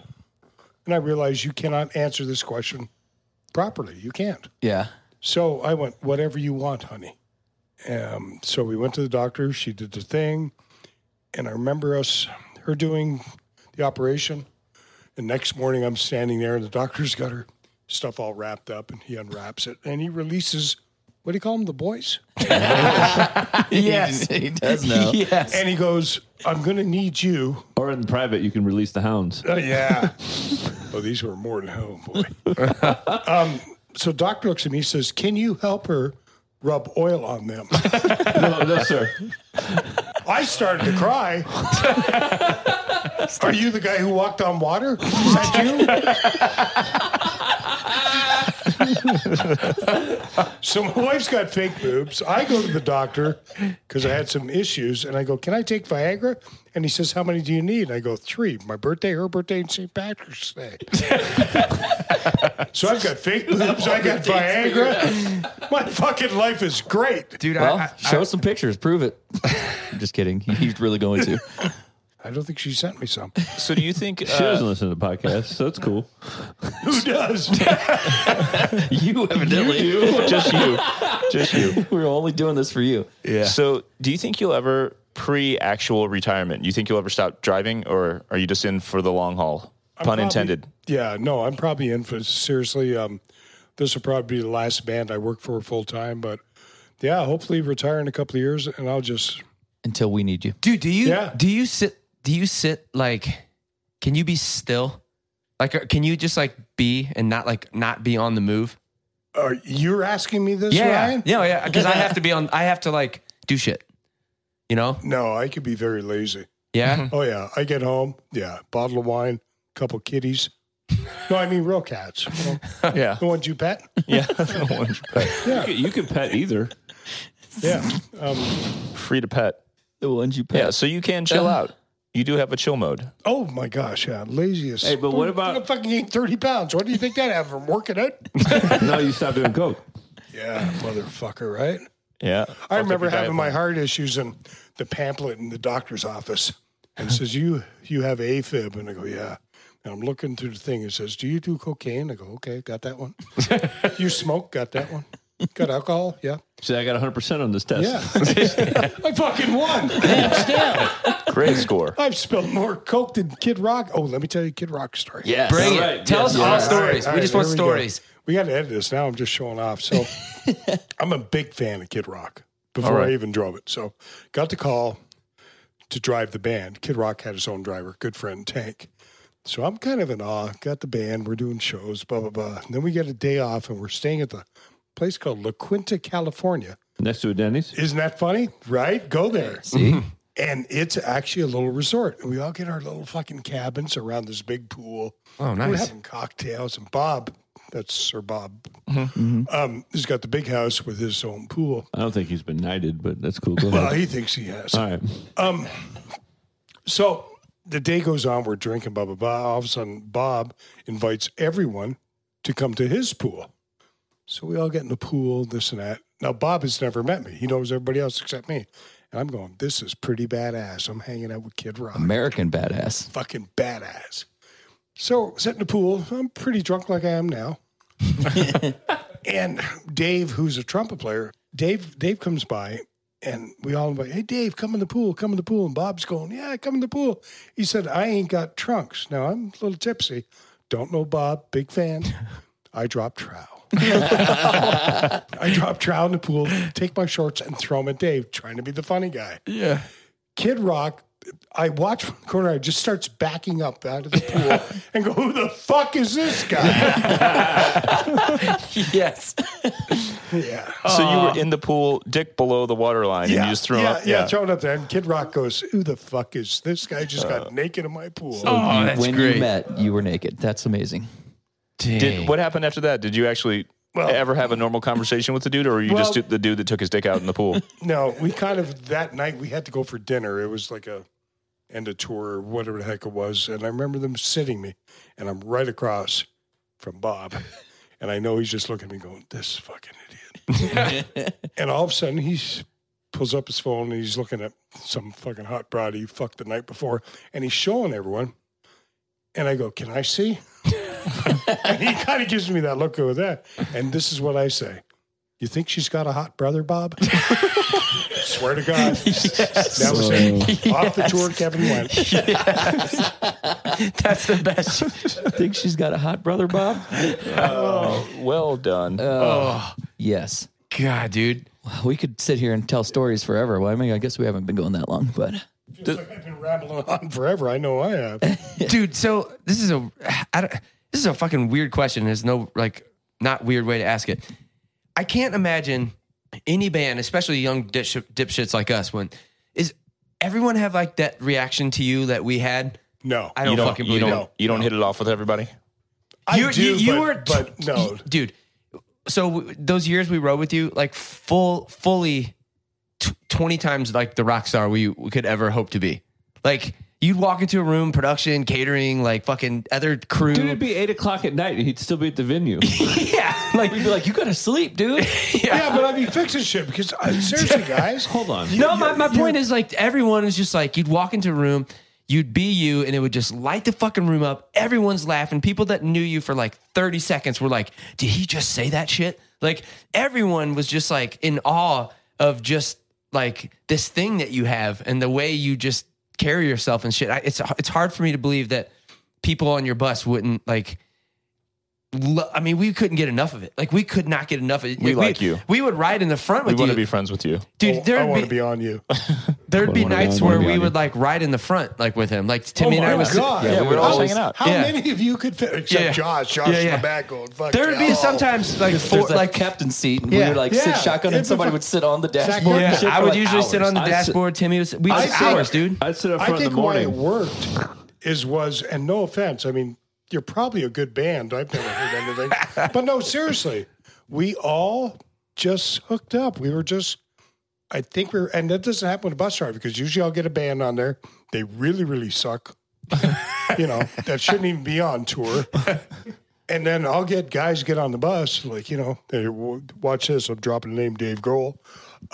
Speaker 1: And I realize you cannot answer this question properly. You can't.
Speaker 3: Yeah.
Speaker 1: So I went, Whatever you want, honey. Um, so we went to the doctor. She did the thing, and I remember us her doing the operation. And next morning, I'm standing there, and the doctor's got her stuff all wrapped up, and he unwraps it, and he releases. What do you call them? The boys?
Speaker 3: Yes, he, does know. Yes.
Speaker 1: And he goes, I'm going to need you.
Speaker 2: Or in private, you can release the hounds.
Speaker 1: Uh, yeah. oh, these were more than hell, boy. um, so Doc looks at me and says, Can you help her rub oil on them?
Speaker 2: no, Oh, no, sir.
Speaker 1: I started to cry. Are you the guy who walked on water? Is that you? so my wife's got fake boobs. I go to the doctor because I had some issues, and I go, "Can I take Viagra?" And he says, "How many do you need?" And I go, three. My birthday, her birthday, and St. Patrick's Day." so I've got fake boobs. I got Viagra. My fucking life is great.
Speaker 5: Dude, I-
Speaker 3: Well,
Speaker 5: I,
Speaker 3: show us some pictures. Prove it. I'm just kidding. He- He's really going to.
Speaker 1: I don't think she sent me some.
Speaker 4: So do you think?
Speaker 2: She
Speaker 4: Uh,
Speaker 2: doesn't listen to the podcast, so that's cool.
Speaker 1: Who does?
Speaker 3: you evidently.
Speaker 4: just you. Just you.
Speaker 3: We're only doing this for you.
Speaker 4: Yeah. So, do you think you'll ever pre actual retirement? You think you'll ever stop driving, or are you just in for the long haul? Pun
Speaker 1: probably-
Speaker 4: intended.
Speaker 1: Yeah, no, I'm probably in for seriously. Um, this will probably be the last band I work for full time, but yeah, hopefully retire in a couple of years, and I'll just
Speaker 3: Until we need you.
Speaker 5: dude do you
Speaker 1: Yeah.
Speaker 5: do you sit do you sit like can you be still like uh, can you just like be and not like not be on the move
Speaker 1: are you're asking me this,
Speaker 5: yeah
Speaker 1: Ryan?
Speaker 5: yeah yeah because i have to be on i have to like do shit you know
Speaker 1: No, I could be very lazy.
Speaker 5: yeah
Speaker 1: Oh yeah, I get home, yeah, bottle of wine, couple kitties. No, I mean real cats. You know,
Speaker 4: Yeah.
Speaker 1: the ones you pet.
Speaker 4: Yeah.
Speaker 2: You could- You can pet either.
Speaker 1: Yeah, um,
Speaker 4: Free to pet.
Speaker 3: The ones you pay.
Speaker 4: Yeah. So you can chill out. You do have a chill mode.
Speaker 1: Oh my gosh, yeah, laziest.
Speaker 2: Hey, but what
Speaker 1: I
Speaker 2: about-
Speaker 1: fucking gained thirty pounds? What do you think that happened from working out?
Speaker 2: No, you stop doing coke.
Speaker 1: Yeah, motherfucker, right?
Speaker 4: Yeah.
Speaker 1: I remember having my heart issues and the pamphlet in the doctor's office and it says you you have AFib and I go yeah and I'm looking through the thing it says do you do cocaine I go okay got that one you smoke got that one got alcohol yeah
Speaker 2: See, I got 100% on this test.
Speaker 1: yeah I fucking won hands down
Speaker 4: great score.
Speaker 1: I've spilled more coke than Kid Rock oh let me tell you a Kid Rock story yeah
Speaker 5: bring it
Speaker 2: All right,
Speaker 5: tell
Speaker 2: yeah,
Speaker 5: us
Speaker 2: yeah.
Speaker 5: all
Speaker 2: All right,
Speaker 5: stories
Speaker 1: all
Speaker 5: we
Speaker 1: right,
Speaker 5: just want
Speaker 1: here we go.
Speaker 5: stories
Speaker 1: we got to edit this now I'm just showing off so I'm a big fan of Kid Rock before I even drove it so got the call to drive the band. Kid Rock had his own driver, good friend Tank. So I'm kind of in awe. Got the band, we're doing shows, blah blah blah. And then we get a day off, and we're staying at the place called La Quinta, California.
Speaker 2: Next to a Denny's.
Speaker 1: Isn't that funny? Right? Go there. See? And it's actually a little resort. And we all get our little fucking cabins around this big pool. Oh, We're
Speaker 5: nice.
Speaker 1: having cocktails. And Bob, that's Sir Bob, um, he's got the big house with his own pool.
Speaker 2: I don't think he's been knighted, but that's cool. Go
Speaker 1: Well,
Speaker 2: ahead.
Speaker 1: he thinks he has.
Speaker 2: All right.
Speaker 1: So the day goes on, we're drinking, blah, blah, blah. All of a sudden, Bob invites everyone to come to his pool. So we all get in the pool, this and that. Now, Bob has never met me. He knows everybody else except me. And I'm going, this is pretty badass. I'm hanging out with Kid Rock.
Speaker 3: American badass.
Speaker 1: Fucking badass. So, sit in the pool. I'm pretty drunk like I am now. and Dave, who's a trumpet player, Dave Dave comes by and we all invite, hey Dave, come in the pool, come in the pool. And Bob's going, Yeah, come in the pool. He said, I ain't got trunks. Now I'm a little tipsy. Don't know Bob, big fan. I drop trowel. I drop trowel in the pool, take my shorts and throw them at Dave, trying to be the funny guy. Yeah. Kid Rock, I watch from the corner, I just starts backing up out of the pool and go, Who the fuck is this guy?
Speaker 3: Yes.
Speaker 1: yeah.
Speaker 4: so you were in the pool, dick below the water line, and you just threw
Speaker 1: yeah,
Speaker 4: up.
Speaker 1: Yeah, thrown up there. And Kid Rock goes, Who the fuck is this guy? Just
Speaker 4: Uh,
Speaker 1: got naked in my pool.
Speaker 5: oh that's
Speaker 3: when
Speaker 5: great
Speaker 3: you met, you were naked. That's amazing.
Speaker 4: Did, what happened after that? Did you actually ever have a normal conversation with the dude, or were you
Speaker 1: Well-
Speaker 4: just the dude that took his dick out in the pool?
Speaker 1: No, we kind of, that night we had to go for dinner. It was like a end of tour or whatever the heck it was. And I remember them sitting me, and I'm right across from Bob. And I know he's just looking at me going, This fucking idiot. and all of a sudden he's. Pulls up his phone and he's looking at some fucking hot broad he fucked the night before, and he's showing everyone. And I go, "Can I see?" and he kind of gives me that look over that. And this is what I say: You think she's got a hot brother, Bob? Swear to God. That was it. Off the tour, Kevin went.
Speaker 3: That's the best. Think she's got a hot brother, Bob?
Speaker 5: Oh.
Speaker 3: Oh.
Speaker 4: Well done.
Speaker 3: Yes.
Speaker 5: God, dude.
Speaker 3: We could sit here and tell stories forever. Well, I mean, I guess we haven't been going that long, but
Speaker 1: Feels like I've been rambling on forever. I know I have.
Speaker 5: Dude, so this is a I don't, this is a fucking weird question. There's no like not weird way to ask it. I can't imagine any band, especially young dish, dipshits like us, when is everyone have like that reaction to you that we had?
Speaker 1: No.
Speaker 5: I
Speaker 4: you
Speaker 5: don't,
Speaker 4: don't,
Speaker 5: fucking
Speaker 4: you
Speaker 5: believe
Speaker 4: don't,
Speaker 5: it.
Speaker 4: you don't hit it off with everybody.
Speaker 1: I
Speaker 5: you-
Speaker 1: do,
Speaker 5: you- you
Speaker 1: but,
Speaker 5: were t-
Speaker 1: but no.
Speaker 5: dude. So w- those years we rode with you, like full, fully, t- twenty times like the rock star we, we could ever hope to be. Like you'd walk into a room, production, catering, like fucking other crew.
Speaker 2: Dude, it'd be eight o'clock at night and he'd still be at the venue.
Speaker 5: yeah, like
Speaker 3: you'd be like, you gotta sleep, dude.
Speaker 1: Yeah, but I'd be fixing shit because I, seriously, guys.
Speaker 2: Hold on.
Speaker 5: no. My, my point is like everyone is just like you'd walk into a room. You'd be you, and it would just light the fucking room up. Everyone's laughing. People that knew you for like 30 seconds were like, Did he just say that shit? Like, everyone was just like in awe of just like this thing that you have and the way you just carry yourself and shit. I, it's it's hard for me to believe that people on your bus wouldn't like. Lo- I mean, we couldn't get enough of it. Like, we could not get enough of it.
Speaker 4: We like you.
Speaker 5: We would ride in the front
Speaker 4: We
Speaker 5: with
Speaker 4: want
Speaker 5: you,
Speaker 4: to be friends with you.
Speaker 5: dude.
Speaker 1: I
Speaker 5: There'd
Speaker 1: want
Speaker 5: be,
Speaker 1: to be on you.
Speaker 5: there'd be
Speaker 2: wanna be
Speaker 5: nights
Speaker 2: on- wanna
Speaker 5: where
Speaker 2: be
Speaker 5: we
Speaker 2: on
Speaker 5: would
Speaker 2: it.
Speaker 5: like ride in the front, like with him. Like Timmy and I was.
Speaker 1: Yeah,
Speaker 4: we were all hanging out.
Speaker 1: Oh How
Speaker 5: Yeah.
Speaker 1: many of you could fit? Except
Speaker 5: Yeah.
Speaker 1: Josh. Josh
Speaker 5: Yeah,
Speaker 1: in
Speaker 5: yeah.
Speaker 1: the back going, fuck
Speaker 5: There would
Speaker 1: yeah.
Speaker 5: be sometimes like four,
Speaker 3: There's that
Speaker 5: like
Speaker 3: captain's seat, and
Speaker 5: Yeah.
Speaker 3: we would like sit
Speaker 1: Yeah.
Speaker 3: shotgun,
Speaker 1: It'd
Speaker 3: and
Speaker 1: be
Speaker 3: somebody
Speaker 1: fu-
Speaker 3: would sit on the
Speaker 1: Exactly.
Speaker 3: dashboard. and
Speaker 5: Yeah,
Speaker 3: shit
Speaker 5: I
Speaker 3: for,
Speaker 5: would
Speaker 3: like,
Speaker 5: usually sit
Speaker 3: hours.
Speaker 5: on the
Speaker 2: I'd sit-
Speaker 5: dashboard. Timmy was we'd
Speaker 1: I'd
Speaker 5: sit
Speaker 1: sit-
Speaker 5: hours, dude.
Speaker 2: I'd sit up
Speaker 1: I
Speaker 2: front in
Speaker 1: think
Speaker 2: the
Speaker 1: why it
Speaker 2: morning.
Speaker 1: worked is was, and no offense, I mean, you're probably a good band. I've never heard anything, but no, seriously, we all just hooked up. We were just, I think we were, and that doesn't happen with a bus driver because usually I'll get a band on there. They really, really suck. you know, that shouldn't even be on tour. And then I'll get guys get on the bus, like, you know, hey, w- watch this. I'm dropping the name Dave Grohl.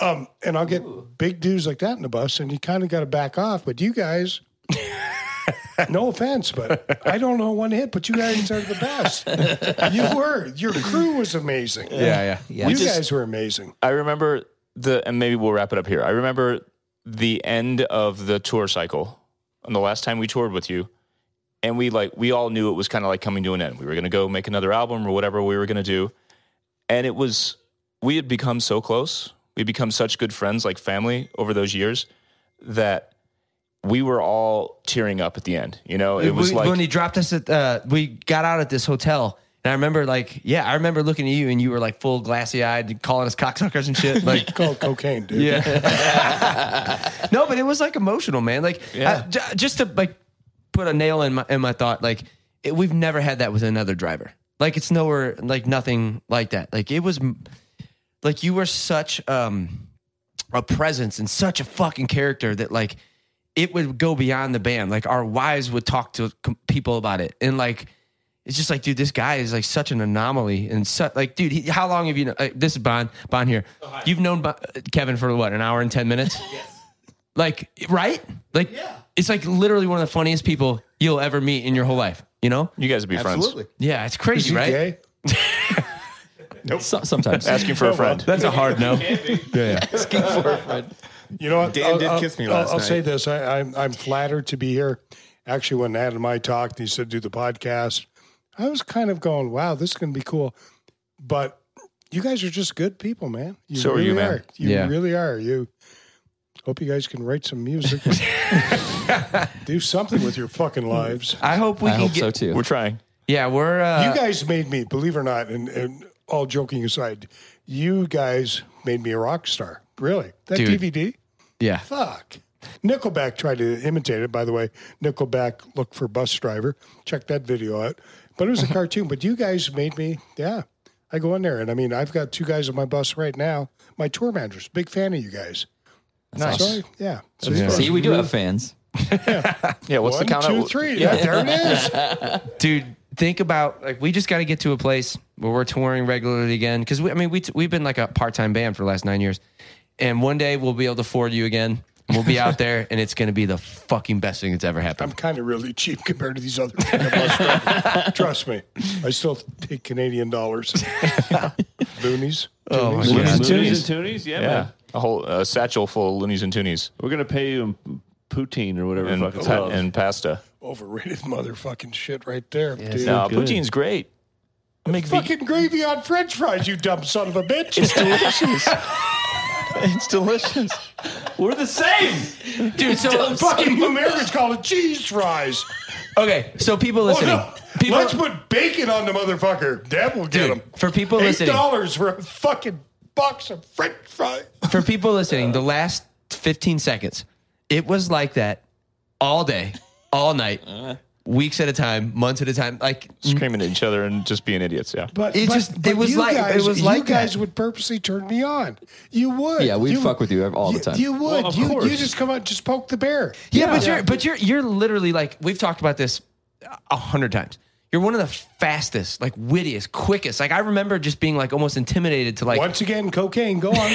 Speaker 1: Um, and I'll get big dudes like that in the bus, and you kind of got to back off. But you guys, no offense, but I don't know one hit, but you guys are the best. you were. Your crew was amazing.
Speaker 5: Yeah, yeah.
Speaker 1: You
Speaker 4: We just-
Speaker 1: guys were amazing.
Speaker 4: I remember the, and maybe we'll wrap it up here. I remember the end of the tour cycle and the last time we toured with you. And we like, we all knew it was kind of like coming to an end. We were going to go make another album or whatever we were going to do. And it was, we had become so close. We had become such good friends, like family over those years that we were all tearing up at the end. You know, it was
Speaker 5: we,
Speaker 4: like,
Speaker 5: when he dropped us at uh, we got out at this hotel and I remember like yeah, I remember looking at you and you were like full glassy eyed calling us cocksuckers and shit. Like
Speaker 1: Called cocaine, dude.
Speaker 5: Yeah. no, but it was like emotional, man. Like
Speaker 4: Yeah.
Speaker 5: I- j- just to like put a nail in my in my thought, like it, we've never had that with another driver. Like it's nowhere like nothing like that. Like it was m- like you were such um a presence and such a fucking character that like it would go beyond the band. Like our wives would talk to com- people about it and like it's just like, dude, this guy is like such an anomaly and such like, dude, he, how long have you? Know, uh, this is Bon. Bon here. You've known Bon, uh, Kevin for what an hour and ten minutes. yes. Like right? Like It's like literally one of the funniest people you'll ever meet in your whole life. You know?
Speaker 4: you guys would be friends.
Speaker 5: Yeah, it's
Speaker 1: Is
Speaker 5: crazy,
Speaker 1: he
Speaker 5: right?
Speaker 1: gay?
Speaker 3: So- sometimes.
Speaker 4: Asking for a friend.
Speaker 5: That's a hard no.
Speaker 1: You know what?
Speaker 7: Dan did kiss me last
Speaker 1: I'll, I'll
Speaker 7: night.
Speaker 1: say this: I, I'm I'm flattered to be here. Actually, when Adam and I talked, he said do the podcast. I was kind of going, "Wow, this is going to be cool," but you guys are just good people, man. You
Speaker 4: So are you, man.
Speaker 1: You
Speaker 5: Yeah.
Speaker 1: really are. You. Hope you guys can write some music. do something with your fucking lives.
Speaker 5: I hope we
Speaker 3: I
Speaker 5: can
Speaker 3: hope
Speaker 5: get.
Speaker 3: so too.
Speaker 4: We're trying.
Speaker 5: Yeah, we're. Uh,
Speaker 1: you guys made me, believe it or not, and, and all joking aside, you guys made me a rock star. Really? That
Speaker 5: Dude.
Speaker 1: DVD?
Speaker 5: yeah.
Speaker 1: Fuck. Nickelback tried to imitate it, by the way. Nickelback, look for bus driver. Check that video out. But it was a cartoon. But you guys made me, yeah. I go in there, and I mean, I've got two guys on my bus right now. My tour manager's a big fan of you guys.
Speaker 4: Nice.
Speaker 1: So, yeah. So
Speaker 3: See, we do have fans.
Speaker 4: Yeah. What's
Speaker 1: What's
Speaker 4: the count?
Speaker 1: Two,
Speaker 4: out?
Speaker 1: three. Yeah, there it is.
Speaker 5: dude think about like we just got to get to a place where we're touring regularly again because i mean we t- we've been like a part-time band for the last nine years and one day we'll be able to afford you again we'll be out there and it's going to be the fucking best thing that's ever
Speaker 1: I'm
Speaker 5: happened
Speaker 1: kind of really cheap compared to these other fucking bus drivers. Trust me. I still take Canadian dollars. Boonies.
Speaker 5: Oh,
Speaker 1: Boonies.
Speaker 5: my God.
Speaker 2: Loonies
Speaker 4: Toonies.
Speaker 2: and toonies, yeah,
Speaker 4: Yeah.
Speaker 2: man.
Speaker 4: A whole uh, satchel full of loonies and toonies
Speaker 2: We're gonna pay you in poutine or whatever.
Speaker 4: and,
Speaker 2: the fuck it's
Speaker 4: pa-
Speaker 2: called.
Speaker 4: and pasta.
Speaker 1: Overrated motherfucking shit right there, dude.
Speaker 4: No,
Speaker 2: good.
Speaker 4: poutine's great. I make ve-
Speaker 1: Fucking gravy on French fries, you dumb son of a bitch.
Speaker 4: It's delicious. it's delicious.
Speaker 2: we're the same.
Speaker 5: dude. So
Speaker 1: fucking Americans call it cheese fries.
Speaker 5: okay. So people
Speaker 1: Oh,
Speaker 5: listening,
Speaker 1: no.
Speaker 5: people,
Speaker 1: Let's put bacon on the motherfucker. That will get
Speaker 5: dude,
Speaker 1: him.
Speaker 5: for people
Speaker 1: Eight
Speaker 5: listening,
Speaker 1: dollars for a fucking box of French fries.
Speaker 5: for people listening, the last 15 seconds, it was like that all day, all night, weeks at a time, months at a time. Like,
Speaker 4: Screaming at each other and just being idiots. Yeah.
Speaker 1: But
Speaker 5: It just- it was
Speaker 1: you
Speaker 5: like- it
Speaker 1: guys,
Speaker 5: was
Speaker 1: you
Speaker 5: like that.
Speaker 1: guys would purposely turn me on. You would.
Speaker 3: Yeah, we'd
Speaker 1: you,
Speaker 3: fuck with you all the
Speaker 1: you-
Speaker 3: time.
Speaker 1: You would.
Speaker 2: Well, of
Speaker 1: you,
Speaker 2: course.
Speaker 1: you just come out, just poke the bear.
Speaker 5: yeah, but you're, but you're, you're literally like, we've talked about this a hundred times. You're one of the fastest, like wittiest, quickest. Like I remember just being like almost intimidated to like.
Speaker 1: Once again, cocaine. Go on.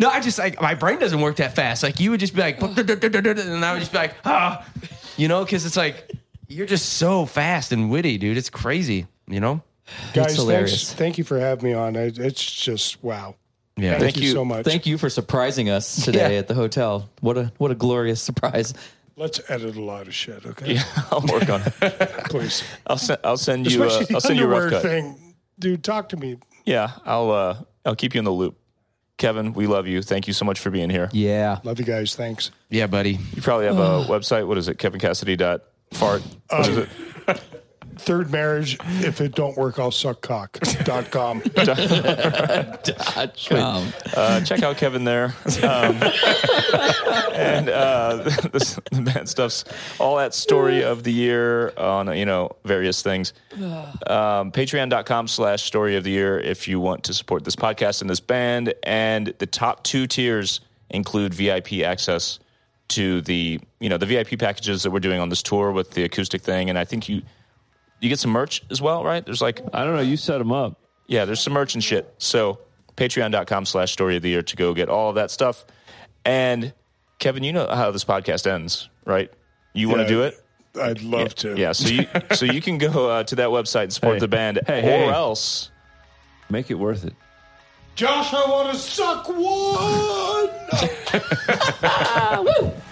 Speaker 5: No, I just like my brain doesn't work that fast. Like you would just be like, and I would just be like, ah, you know, because it's like you're just so fast and witty, dude. It's crazy, you know.
Speaker 1: guys,
Speaker 3: hilarious.
Speaker 1: Thanks, thank you for having me on. I, it's just wow.
Speaker 5: Yeah.
Speaker 1: Thank,
Speaker 4: Thank
Speaker 1: you,
Speaker 4: you.
Speaker 1: so much.
Speaker 3: Thank you for surprising us today
Speaker 5: Yeah.
Speaker 3: at the hotel. What a what a glorious surprise.
Speaker 1: Let's edit a lot of shit, okay?
Speaker 4: I'll work on it.
Speaker 1: Please.
Speaker 4: I'll send. I'll send you. Uh,
Speaker 1: Especially
Speaker 4: I'll
Speaker 1: the
Speaker 4: send you a rough
Speaker 1: underwear
Speaker 4: cut.
Speaker 1: thing. Dude, talk to me.
Speaker 4: Yeah. I'll. Uh, I'll keep you in the loop. Kevin, we love you. Thank you so much for being here.
Speaker 3: Yeah.
Speaker 1: Love you guys. Thanks.
Speaker 5: Yeah, buddy.
Speaker 4: You probably have a website. What is it? KevinCassidy.fart. What is it?
Speaker 1: Third marriage, if it don't work, I'll suck cock.com.
Speaker 3: Um,
Speaker 4: Uh, check out Kevin there. Um, and uh, this, the bad stuff's all that story of the year on, you know, various things. Um, Patreon.com slash story of the year if you want to support this podcast and this band. And the top two tiers include VIP access to the, you know, the VIP packages that we're doing on this tour with the acoustic thing. And I think you, you get some merch as well, right? There's like
Speaker 2: I don't know. You set them up.
Speaker 4: yeah, there's some merch and shit. So patreon.com slash story of the year to go get all of that stuff. And Kevin, you know how this podcast ends, right? You want to
Speaker 1: Yeah.
Speaker 4: do it?
Speaker 1: I'd love to.
Speaker 4: Yeah, so you so you can go uh, to that website and support
Speaker 2: Hey.
Speaker 4: the band
Speaker 2: Hey,
Speaker 4: or
Speaker 2: hey.
Speaker 4: else
Speaker 2: Make it worth it.
Speaker 1: Josh, I want to suck one.